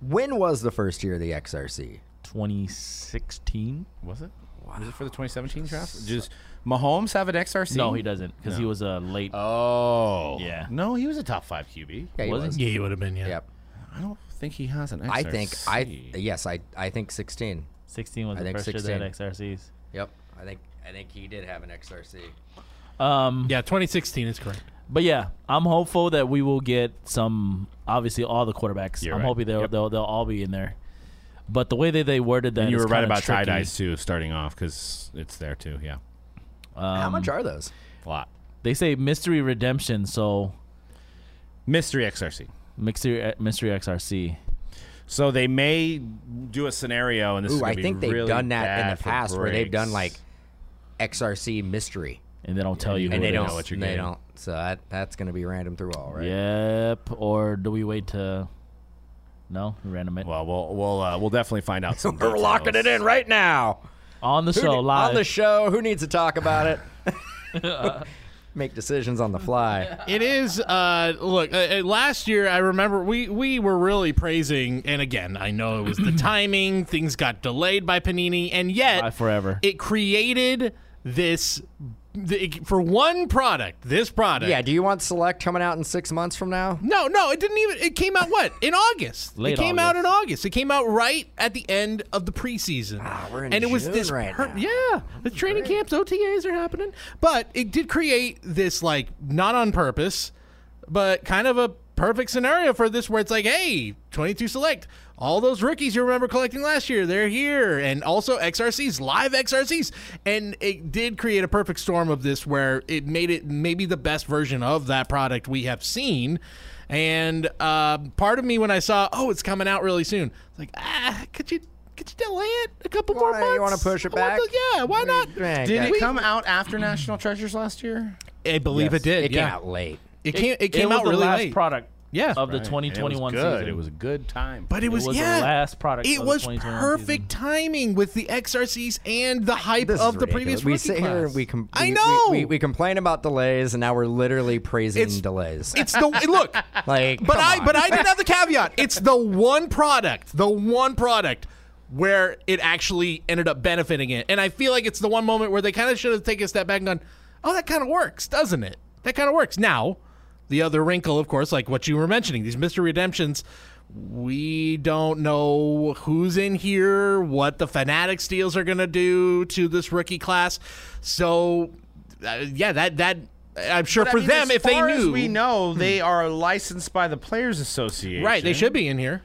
S2: When was the first year of the XRC?
S3: 2016.
S1: Was it? Was it for the 2017 draft? Does Mahomes have an XRC?
S3: No, he doesn't because he was a late.
S1: Oh.
S3: Yeah.
S1: No, he was a top five QB.
S2: Yeah, he
S3: Was he?
S2: was.
S4: Yeah, you would have been. Yeah.
S2: Yep.
S1: I don't think he has an XRC.
S2: I think I yes, I I think 16.
S3: 16 was
S2: I
S3: the
S2: think
S3: first year they had
S2: 16.
S3: XRCs.
S2: Yep. I think I think he did have an XRC.
S3: Um,
S4: Yeah, 2016 is correct.
S3: But yeah, I'm hopeful that we will get some. Obviously, all the quarterbacks.
S1: You're
S3: I'm
S1: right.
S3: hoping they'll,
S1: Yep.
S3: they'll they'll all be in there. But the way that they worded that,
S1: And you
S3: is
S1: were right
S3: kinda
S1: about tie
S3: tricky.
S1: dyes too, starting off because it's there too. Yeah,
S2: How much
S1: Um,
S2: are those?
S1: a lot.
S3: They say mystery redemption, so
S1: Mystery XRC.
S3: mystery eh, mystery XRC.
S1: So they may do a scenario, and this is
S2: Ooh,
S1: gonna
S2: I
S1: be
S2: think they've
S1: really
S2: done that in
S1: bad
S2: the
S1: for
S2: past where they've done like
S1: breaks.
S2: XRC mystery.
S3: And they don't tell you.
S1: And
S3: who
S2: And
S3: it
S2: they
S3: is.
S2: don't
S1: know what you're
S2: they
S1: getting.
S2: don't. So that that's going to be random through all, right?
S3: Yep. Or do we wait to? No, we random it
S1: Well, we'll we'll uh, we'll definitely find out. Some
S2: We're locking it
S1: details.
S2: in right now.
S3: on the
S2: Who
S3: show
S2: ne-
S3: live.
S2: on the show. Who needs to talk about it? Make decisions on the fly.
S4: It is. Uh, look, uh, uh, last year I remember we we were really praising, and again I know it was the timing. Things got delayed by Panini, and yet
S3: Bye forever.
S4: it created this the, it- for one product. This product.
S2: Yeah, do you want Select coming out in six months from now?
S4: No, no, it didn't even. It came out what in August.
S3: Late
S4: it came out in
S3: August.
S4: August. It came out right at the end of the preseason.
S2: Ah, we're in
S4: and it was
S2: June
S4: this
S2: right now.
S4: Yeah, the training camps, OTAs are happening, but it did create this like not on purpose, but kind of a perfect scenario for this where it's like, hey, 22 select. All those rookies you remember collecting last year, they're here. And also XRCs, live XRCs. And it did create a perfect storm of this where it made it maybe the best version of that product we have seen. And uh, part of me when I saw, oh, it's coming out really soon, it's like, ah, could you could you delay it a couple more
S2: wanna-
S4: months?
S2: you wanna push it
S4: I want
S2: back?
S4: to- yeah, why not?
S2: Man,
S1: Did
S2: guys.
S1: it come out after National Treasures last year?
S4: I believe it
S2: Yes,
S4: did.
S2: It
S4: yeah.
S2: came out late.
S4: It came. It came
S3: was
S4: out
S3: the
S4: really
S3: last
S4: late.
S3: product
S4: yeah,
S3: of the
S1: Right.
S3: 2021
S1: and it was good.
S3: season.
S1: It was a good time.
S4: but it was,
S3: was the
S4: yeah,
S3: last product
S4: It
S3: of the
S4: was
S3: 2021
S4: perfect
S3: season.
S4: timing with the XRCs and the hype
S2: This
S4: of
S2: is
S4: the previous
S2: ridiculous. We
S4: rookie
S2: sit here and
S4: class.
S2: we, com-
S4: I
S2: we- we-
S4: know.
S2: we, we complain about delays, and now we're literally praising
S4: It's-
S2: delays.
S4: it's the look,
S2: like,
S4: but
S2: come
S4: I
S2: on.
S4: but I did have the caveat. It's the one product, the one product where it actually ended up benefiting it, and I feel like it's the one moment where they kind of should have taken a step back and gone, "Oh, that kind of works, doesn't it? That kind of works." Now, the other wrinkle, of course, like what you were mentioning, these mystery redemptions. We don't know who's in here, what the Fanatics deals are going to do to this rookie class. So, uh, yeah, that that I'm sure for
S1: I mean,
S4: them,
S1: as
S4: if they
S1: far
S4: knew, Hmm.
S1: as we know they are licensed by the Players Association.
S4: Right, they should be in here.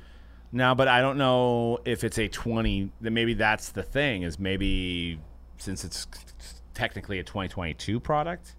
S1: now, but I don't know if it's a twenty. Then maybe that's the thing. Is maybe since it's technically a 2022 product,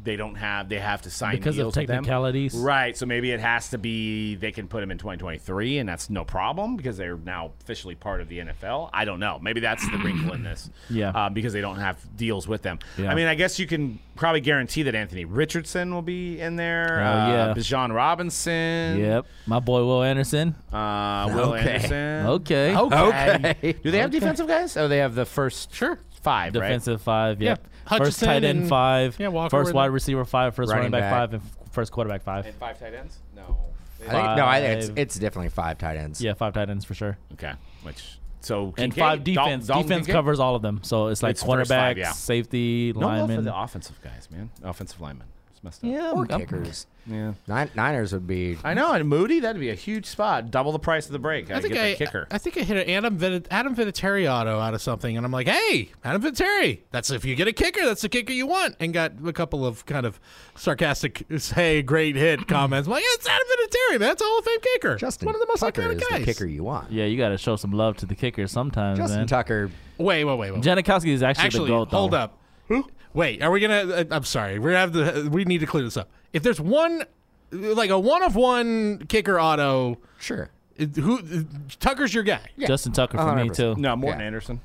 S1: they don't have. They have to sign
S3: Because of
S1: deals with them.
S3: technicalities.
S1: Right. So maybe it has to be. They can put them in 2023, and that's no problem because they're now officially part of the NFL. I don't know. Maybe that's the wrinkle in this.
S3: Yeah.
S1: Uh, because they don't have deals with them.
S3: Yeah.
S1: I mean, I guess you can probably guarantee that Anthony Richardson will be in there.
S3: Oh,
S1: uh,
S3: yeah.
S1: Bijan Robinson.
S3: Yep, my boy Will Anderson.
S1: Uh, Will
S2: Okay.
S1: Anderson.
S3: Okay.
S2: Okay.
S1: Do they have defensive guys? Oh, they have the first sure five. right?
S3: Defensive five, yep.
S4: Yeah,
S3: First
S4: Hutchinson
S3: tight end
S4: and-
S3: five,
S4: yeah, Walker
S3: first
S4: were
S3: wide
S4: there.
S3: receiver five, first
S2: Running
S3: running back
S2: back.
S3: five, and f- first quarterback five.
S1: And five tight ends? No.
S2: I think, no, I think
S3: five.
S2: it's, it's definitely five tight ends.
S3: Yeah, five tight ends for sure.
S1: Okay. Which so
S3: And
S1: Kincaid,
S3: five
S1: Dal-
S3: defense.
S1: Dalton
S3: defense
S1: Kincaid?
S3: covers all of them. So it's like
S1: It's
S3: cornerback,
S1: first five, yeah.
S3: safety,
S1: No love for
S3: lineman.
S1: the offensive guys, man. Offensive linemen. It's messed up.
S3: yeah,
S2: Or
S3: I'm-
S2: kickers.
S1: Yeah.
S2: Nin- Niners would be.
S1: I know, and Moody, that'd be a huge spot. Double the price of the break. I,
S4: I think
S1: get
S4: I,
S1: the kicker.
S4: I think I hit an Adam Vin- Adam Vinatieriato out of something, and I'm like, hey, Adam Vinatieri. That's if you get a kicker, that's the kicker you want. And got a couple of kind of sarcastic, hey, great hit comments. I'm like, it's Adam Vinatieri, man. That's a Hall of Fame kicker.
S2: Justin
S4: one of the most
S2: Tucker
S4: iconic
S2: is
S4: guys.
S2: the kicker you want.
S3: Yeah, you got to show some love to the kicker sometimes,
S2: Justin
S3: man.
S2: Tucker.
S4: Wait, wait, wait, wait.
S3: Janikowski is actually,
S4: Actually,
S3: the goat, though.
S4: hold up. Wait, are we gonna? uh, I'm sorry. We have the. uh, We need to clear this up. If there's one, like a one of one kicker auto,
S2: Sure.
S4: it- who uh, Tucker's your guy?
S2: Yeah.
S3: Justin Tucker for me,
S2: 100%.
S3: too.
S1: no, Morton
S2: Yeah.
S1: Anderson.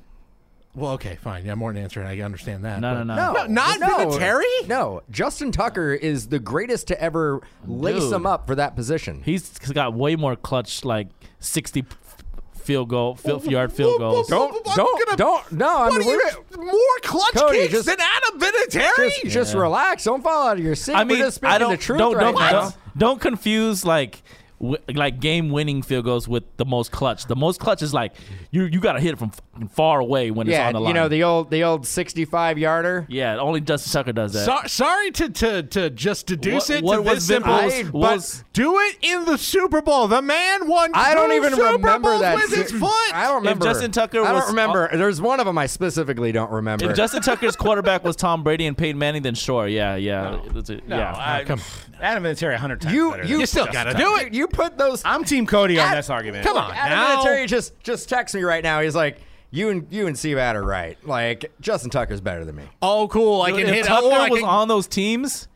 S4: Well, okay, fine. Yeah, Morton answered. I understand that.
S3: No, no,
S2: No,
S4: but-
S3: no.
S4: not
S2: no,
S4: Vinatieri?
S2: No, Justin Tucker is the greatest to ever lace
S3: Dude.
S2: him up for that position.
S3: He's got way more clutch, like 60 f- field goal, field, yard field
S4: whoa, whoa,
S3: goals.
S4: whoa.
S2: don't,
S4: I'm
S2: don't,
S4: gonna-
S2: don't. No, I
S4: What
S2: mean,
S4: are
S2: we're
S4: you,
S2: gonna-
S4: more clutch
S2: Cody,
S4: kicks
S2: just-
S4: than Adam Vinatieri?
S2: just, just relax. Don't fall out of your seat.
S3: I mean,
S2: we're just speaking
S3: I don't,
S2: the truth
S3: don't,
S2: right
S3: don't,
S2: now.
S3: don't, don't confuse like wi- like game winning field goals with the most clutch. The most clutch is like you you got to hit it from fucking far away when it's
S2: yeah,
S3: on the line.
S2: you know the old the old sixty-five yarder.
S3: yeah, only Justin Tucker does that.
S4: So, sorry to, to to just deduce
S3: What-
S4: it
S3: what
S4: to
S3: was
S4: this simple,
S3: Bimble's-
S4: but
S3: was-
S4: do it in the Super Bowl. The man won.
S2: I don't
S4: two
S2: even
S4: Super
S2: remember
S4: Bowls
S2: that.
S4: with his
S2: se-
S4: foot.
S2: I don't remember.
S3: Justin Tucker
S2: I
S3: was-
S2: don't remember. There's one of them I specifically don't remember.
S3: if Justin Tucker's quarterback was Tom Brady and Peyton Manning, then sure, yeah, yeah, that's it, yeah.
S1: I, come Adam Vinatieri, hundred times.
S2: you
S1: better than
S2: you,
S4: You still
S2: Justin
S4: gotta
S2: Tucker.
S4: do it.
S2: You put those.
S1: I'm Team Cody on this argument.
S4: Come on
S2: Adam
S4: now.
S2: Vinatieri just just text me right now. He's like, you and you and Seabat are right. Like Justin Tucker's better than me.
S4: Oh, cool! I
S3: Dude,
S4: can
S3: if
S4: hit.
S3: Tucker
S4: oh, I
S3: was
S4: can,
S3: on those teams,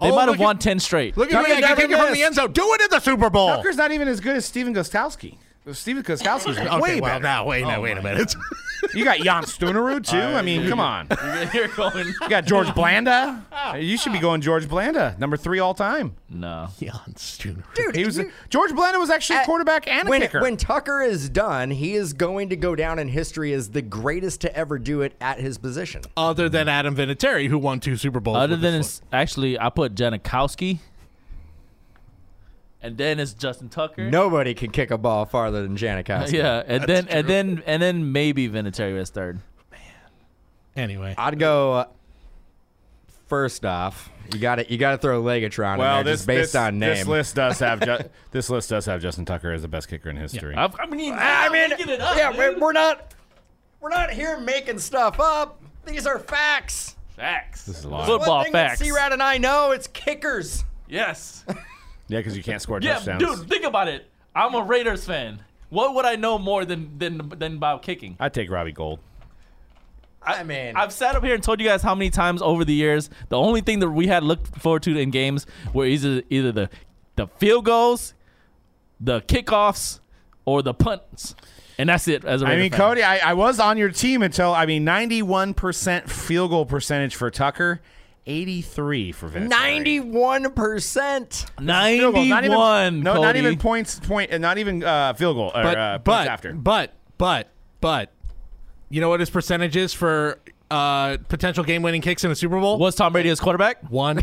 S3: they
S4: Oh,
S3: might
S4: look
S3: have
S4: at-
S3: win ten straight.
S4: Look at
S2: Tucker
S4: me! I can
S2: never
S4: kick it from the
S2: missed.
S4: end zone. Do it in the Super Bowl.
S1: Tucker's not even as good as Steven Gostkowski. Steven Gostkowski's
S4: okay,
S1: way
S4: well,
S1: better.
S4: now wait,
S3: Oh
S4: now wait a minute.
S1: You got Jan Stunaru too. I mean, come on. Uh, You
S3: You're going.
S1: got George Blanda. You should be going George Blanda, number three all time.
S3: No.
S4: Jan Stuner.
S2: Dude,
S1: He was
S2: you-
S1: George Blanda was actually a
S2: at-
S1: quarterback and a
S2: when,
S1: kicker.
S2: When Tucker is done, he is going to go down in history as the greatest to ever do it at his position.
S4: Other than Adam Vinatieri, who won two Super Bowls.
S3: Other
S4: with
S3: than
S4: his
S3: it's, actually, I put Janikowski, and then it's Justin Tucker.
S2: Nobody can kick a ball farther than Janikowski.
S3: Yeah, and then and then and then maybe Vinatieri was third.
S4: foot. anyway.
S2: I'd go. Uh, first off, you got to You got to throw Legatron.
S1: well,
S2: in there
S1: this
S2: just based
S1: this-
S2: on name.
S1: this list does have Ju- this list does have Justin Tucker as the best kicker in history.
S3: I've, I mean,
S2: I
S3: I'm
S2: mean,
S3: making it up,
S2: yeah,
S3: dude.
S2: we're, we're not. We're not here making stuff up. These are facts.
S3: facts. This
S1: is a lot.
S3: Football
S2: One thing
S3: facts.
S2: That C-Rat and I know it's kickers.
S3: yes.
S1: yeah, because you can't score
S3: Yeah,
S1: touchdowns.
S3: dude, think about it. I'm a Raiders fan. What would I know more than than than about kicking?
S1: I'd take Robbie Gold.
S2: I, mean,
S3: I've sat up here and told you guys how many times over the years the only thing that we had looked forward to in games were either either the the field goals, the kickoffs, or the punts, and that's it. As a
S1: I
S3: Raider
S1: mean,
S3: fan.
S1: Cody, I, I was on your team until I mean, ninety-one percent field goal percentage for Tucker, eighty-three for Vinatieri.
S2: ninety-one percent.
S1: Field goal, not
S3: ninety-one.
S1: even- No, not
S3: Cody.
S1: even points. Point. uh, Not even uh, field goal. Or,
S4: But
S1: uh, points
S4: but
S1: after.
S4: but but but you know what his percentage is for uh, potential game-winning kicks in a Super Bowl?
S3: Was Tom Brady his quarterback?
S4: One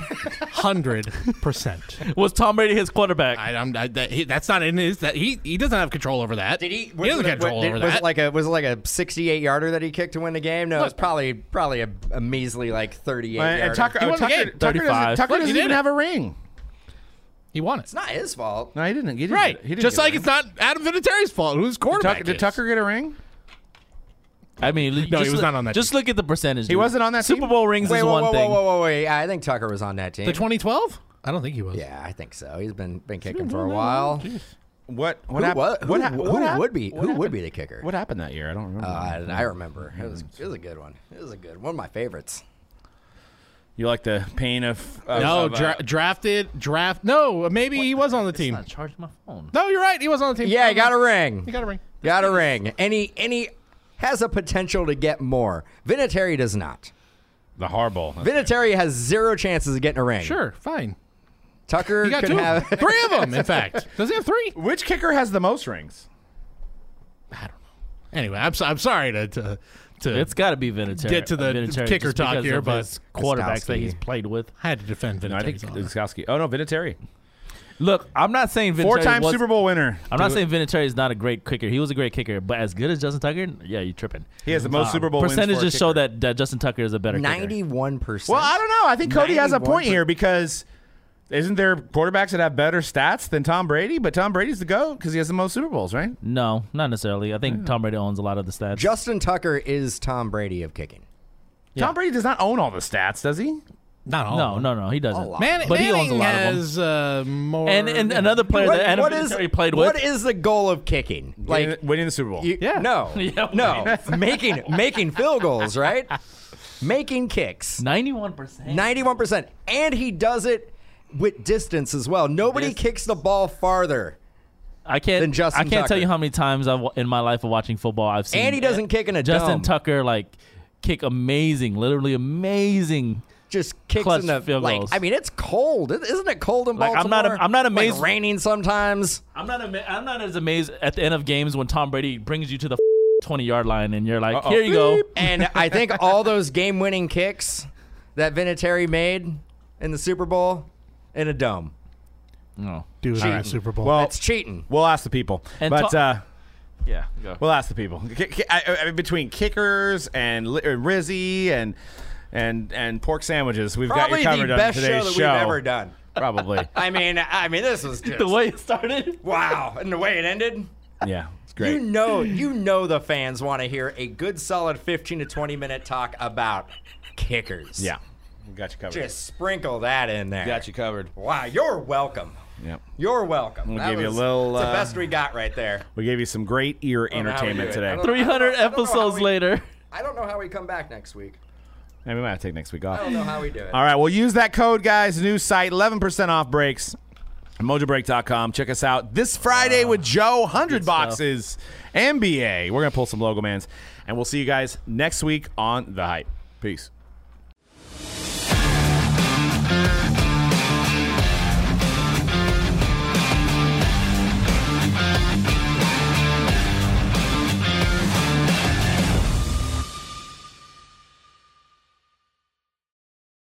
S4: hundred percent.
S3: Was Tom Brady his quarterback?
S4: I, I'm, I, that, he, that's not in his. That he he doesn't have control over that.
S2: Did he?
S4: He doesn't have control
S2: did-
S4: over
S2: was
S4: that.
S2: It like a was it like a sixty-eight yarder that he kicked to win the game? No, it was probably probably a, a measly like thirty-eight.
S1: Uh,
S2: yarder.
S1: and Tucker,
S4: He
S1: oh,
S4: won the
S1: Tucker,
S4: game.
S1: Tucker doesn't,
S3: 35.
S1: Tucker
S4: Look, he
S1: doesn't
S4: did
S1: even
S4: it.
S1: have a ring.
S4: he won it.
S2: it's not his fault.
S1: No, he didn't. He didn't
S4: Right,
S1: Get, he didn't
S4: just
S1: get a
S4: like
S1: ring.
S4: it's not Adam Vinatieri's fault. Who's quarterback?
S1: Tucker, did
S4: is.
S1: Tucker get a ring?
S3: I mean, no,
S4: he was not on that
S3: Just
S4: team.
S3: look at the percentage.
S1: He wasn't on that
S3: Super
S1: team?
S3: Bowl rings
S2: Wait,
S3: is
S2: whoa,
S3: one
S2: whoa,
S3: thing.
S2: whoa, whoa, whoa, wait! I think Tucker was on that team.
S4: the 2012? I don't think he was.
S2: yeah, I think so. He's been been kicking for a while.
S1: What? What
S2: Who,
S1: happened?
S2: wa- who,
S1: what, hap-
S2: who,
S1: what hap-
S2: would be?
S1: what
S2: Who would
S1: happened?
S2: be the kicker?
S1: What happened that year? I don't remember.
S2: Uh, I- I remember. It was it was a good one. It was a good one. One of my favorites.
S1: you like the pain of? of
S4: No,
S1: of, uh,
S4: dra- drafted, draft. No, maybe he was on the team.
S3: Not charging my phone.
S4: No, you're right. He was on the team.
S2: Yeah, he got a
S4: He
S2: ring.
S4: got a ring.
S2: Got a ring. And he and he has a potential to get more. Vinatieri does not.
S1: the Harbaugh.
S2: Vinatieri has zero chances of getting a ring.
S4: Sure, fine.
S2: Tucker
S4: He got
S2: could
S4: two,
S2: have.
S4: of them. three of them. In fact, does he have three?
S1: Which kicker has the most rings?
S4: Anyway, I'm so, I'm sorry to to, to
S3: It's got to be Vinatieri.
S4: Get to the
S3: Vinatieri
S4: kicker
S3: just
S4: talk
S3: because
S4: here,
S3: of
S4: but-
S3: his quarterbacks that he's
S2: Gostowski.
S3: played with.
S4: I had to defend
S1: No, I think
S4: Vinatieri's honor.
S1: Gostkowski. Oh no, Vinatieri,
S3: Look, I'm not saying Vinatieri
S1: four-time
S3: was-
S1: Super Bowl winner.
S3: I'm not saying Vinatieri is not a great kicker. He was a great kicker, but as good as Justin Tucker, yeah, you tripping.
S1: He has the most Super Bowl wins
S3: percentages
S1: for a
S3: just show
S1: kicker.
S3: that, that Justin Tucker is a better kicker.
S2: Ninety-one percent.
S1: Well, I don't know. I think Cody has a point
S2: 91%.
S1: here because isn't there quarterbacks that have better stats than Tom Brady? But Tom Brady's the goat because he has the most Super Bowls, right?
S3: No, not necessarily. I think Tom Brady owns a lot of the stats.
S2: Justin Tucker is Tom Brady of kicking.
S1: Tom Brady does not own all the stats, does he?
S4: Not all.
S3: no, no, no, he doesn't.
S2: lot.
S4: Man,
S3: but he
S4: Manning
S3: owns a lot of them.
S4: has uh, more.
S3: And and another player
S2: What-
S3: that Adam
S2: what is-
S3: Vinatieri played with.
S2: What is the goal of kicking? Like,
S1: winning, winning the Super Bowl.
S2: you,
S4: Yeah.
S2: no,
S3: Yeah,
S2: no, making making field goals, right? Making kicks.
S3: Ninety-one percent.
S2: Ninety-one percent, and he does it with distance as well. Nobody
S3: Distance.
S2: kicks the ball farther,
S3: I can't.
S2: than Justin
S3: I can't tell
S2: Tucker.
S3: you how many times I've, in my life of watching football I've seen.
S2: and he doesn't kick in a
S3: Justin
S2: dome.
S3: Tucker like kick amazing, literally amazing.
S2: Just kicks
S3: clutch
S2: in the
S3: field
S2: like.
S3: goals.
S2: I mean, it's cold. It- Isn't it cold in
S3: Like,
S2: Baltimore?
S3: I'm not- I'm not amazed-
S2: Like raining sometimes.
S3: I'm not. Ama- I'm not as amazed at the end of games when Tom Brady brings you to the twenty yard line and you're like,
S1: Uh-oh.
S3: here you go.
S1: Beep.
S2: And I think all those game-winning kicks that Vinatieri made in the Super Bowl in a dome.
S3: No.
S5: do that at Super Bowl.
S1: Well,
S2: That's cheating.
S1: we'll ask the people.
S3: And
S1: but
S3: ta-
S1: uh,
S3: Yeah. Go.
S1: we'll ask the people. K- k- I- I mean, between kickers and Li- uh, Rizzy and and and pork sandwiches, we've
S2: Probably
S1: got you
S2: the
S1: covered on
S2: best show
S1: today's
S2: that
S1: show.
S2: we've ever done.
S1: Probably.
S2: I mean, I mean, this was just
S3: the way it started.
S2: wow, and the way it ended.
S1: yeah, it's
S2: You
S1: great.
S2: know, you know the fans want to hear a good, solid fifteen to twenty minute talk about kickers.
S1: Yeah, we got you covered.
S2: just sprinkle that in there.
S1: got you covered.
S2: Wow, you're welcome.
S1: Yep.
S2: You're welcome. We'll
S1: give you a little,
S2: That's the
S1: uh,
S2: best we got right there.
S1: We gave you some great ear
S2: don't know how we
S1: entertainment
S2: do it. I
S1: today.
S2: don't-
S3: 300
S2: I don't know how
S3: episodes
S2: we-
S3: later.
S2: I don't know how we come back next week.
S1: And we might have to take next week off.
S2: I don't know how we do it.
S1: All right, well, use that code, guys. New site, 11% off breaks. at Mojobreak.com. Check us out this Friday with Joe. 100 boxes, NBA. We're going to pull some logo mans. And we'll see you guys next week on The Hype. Peace.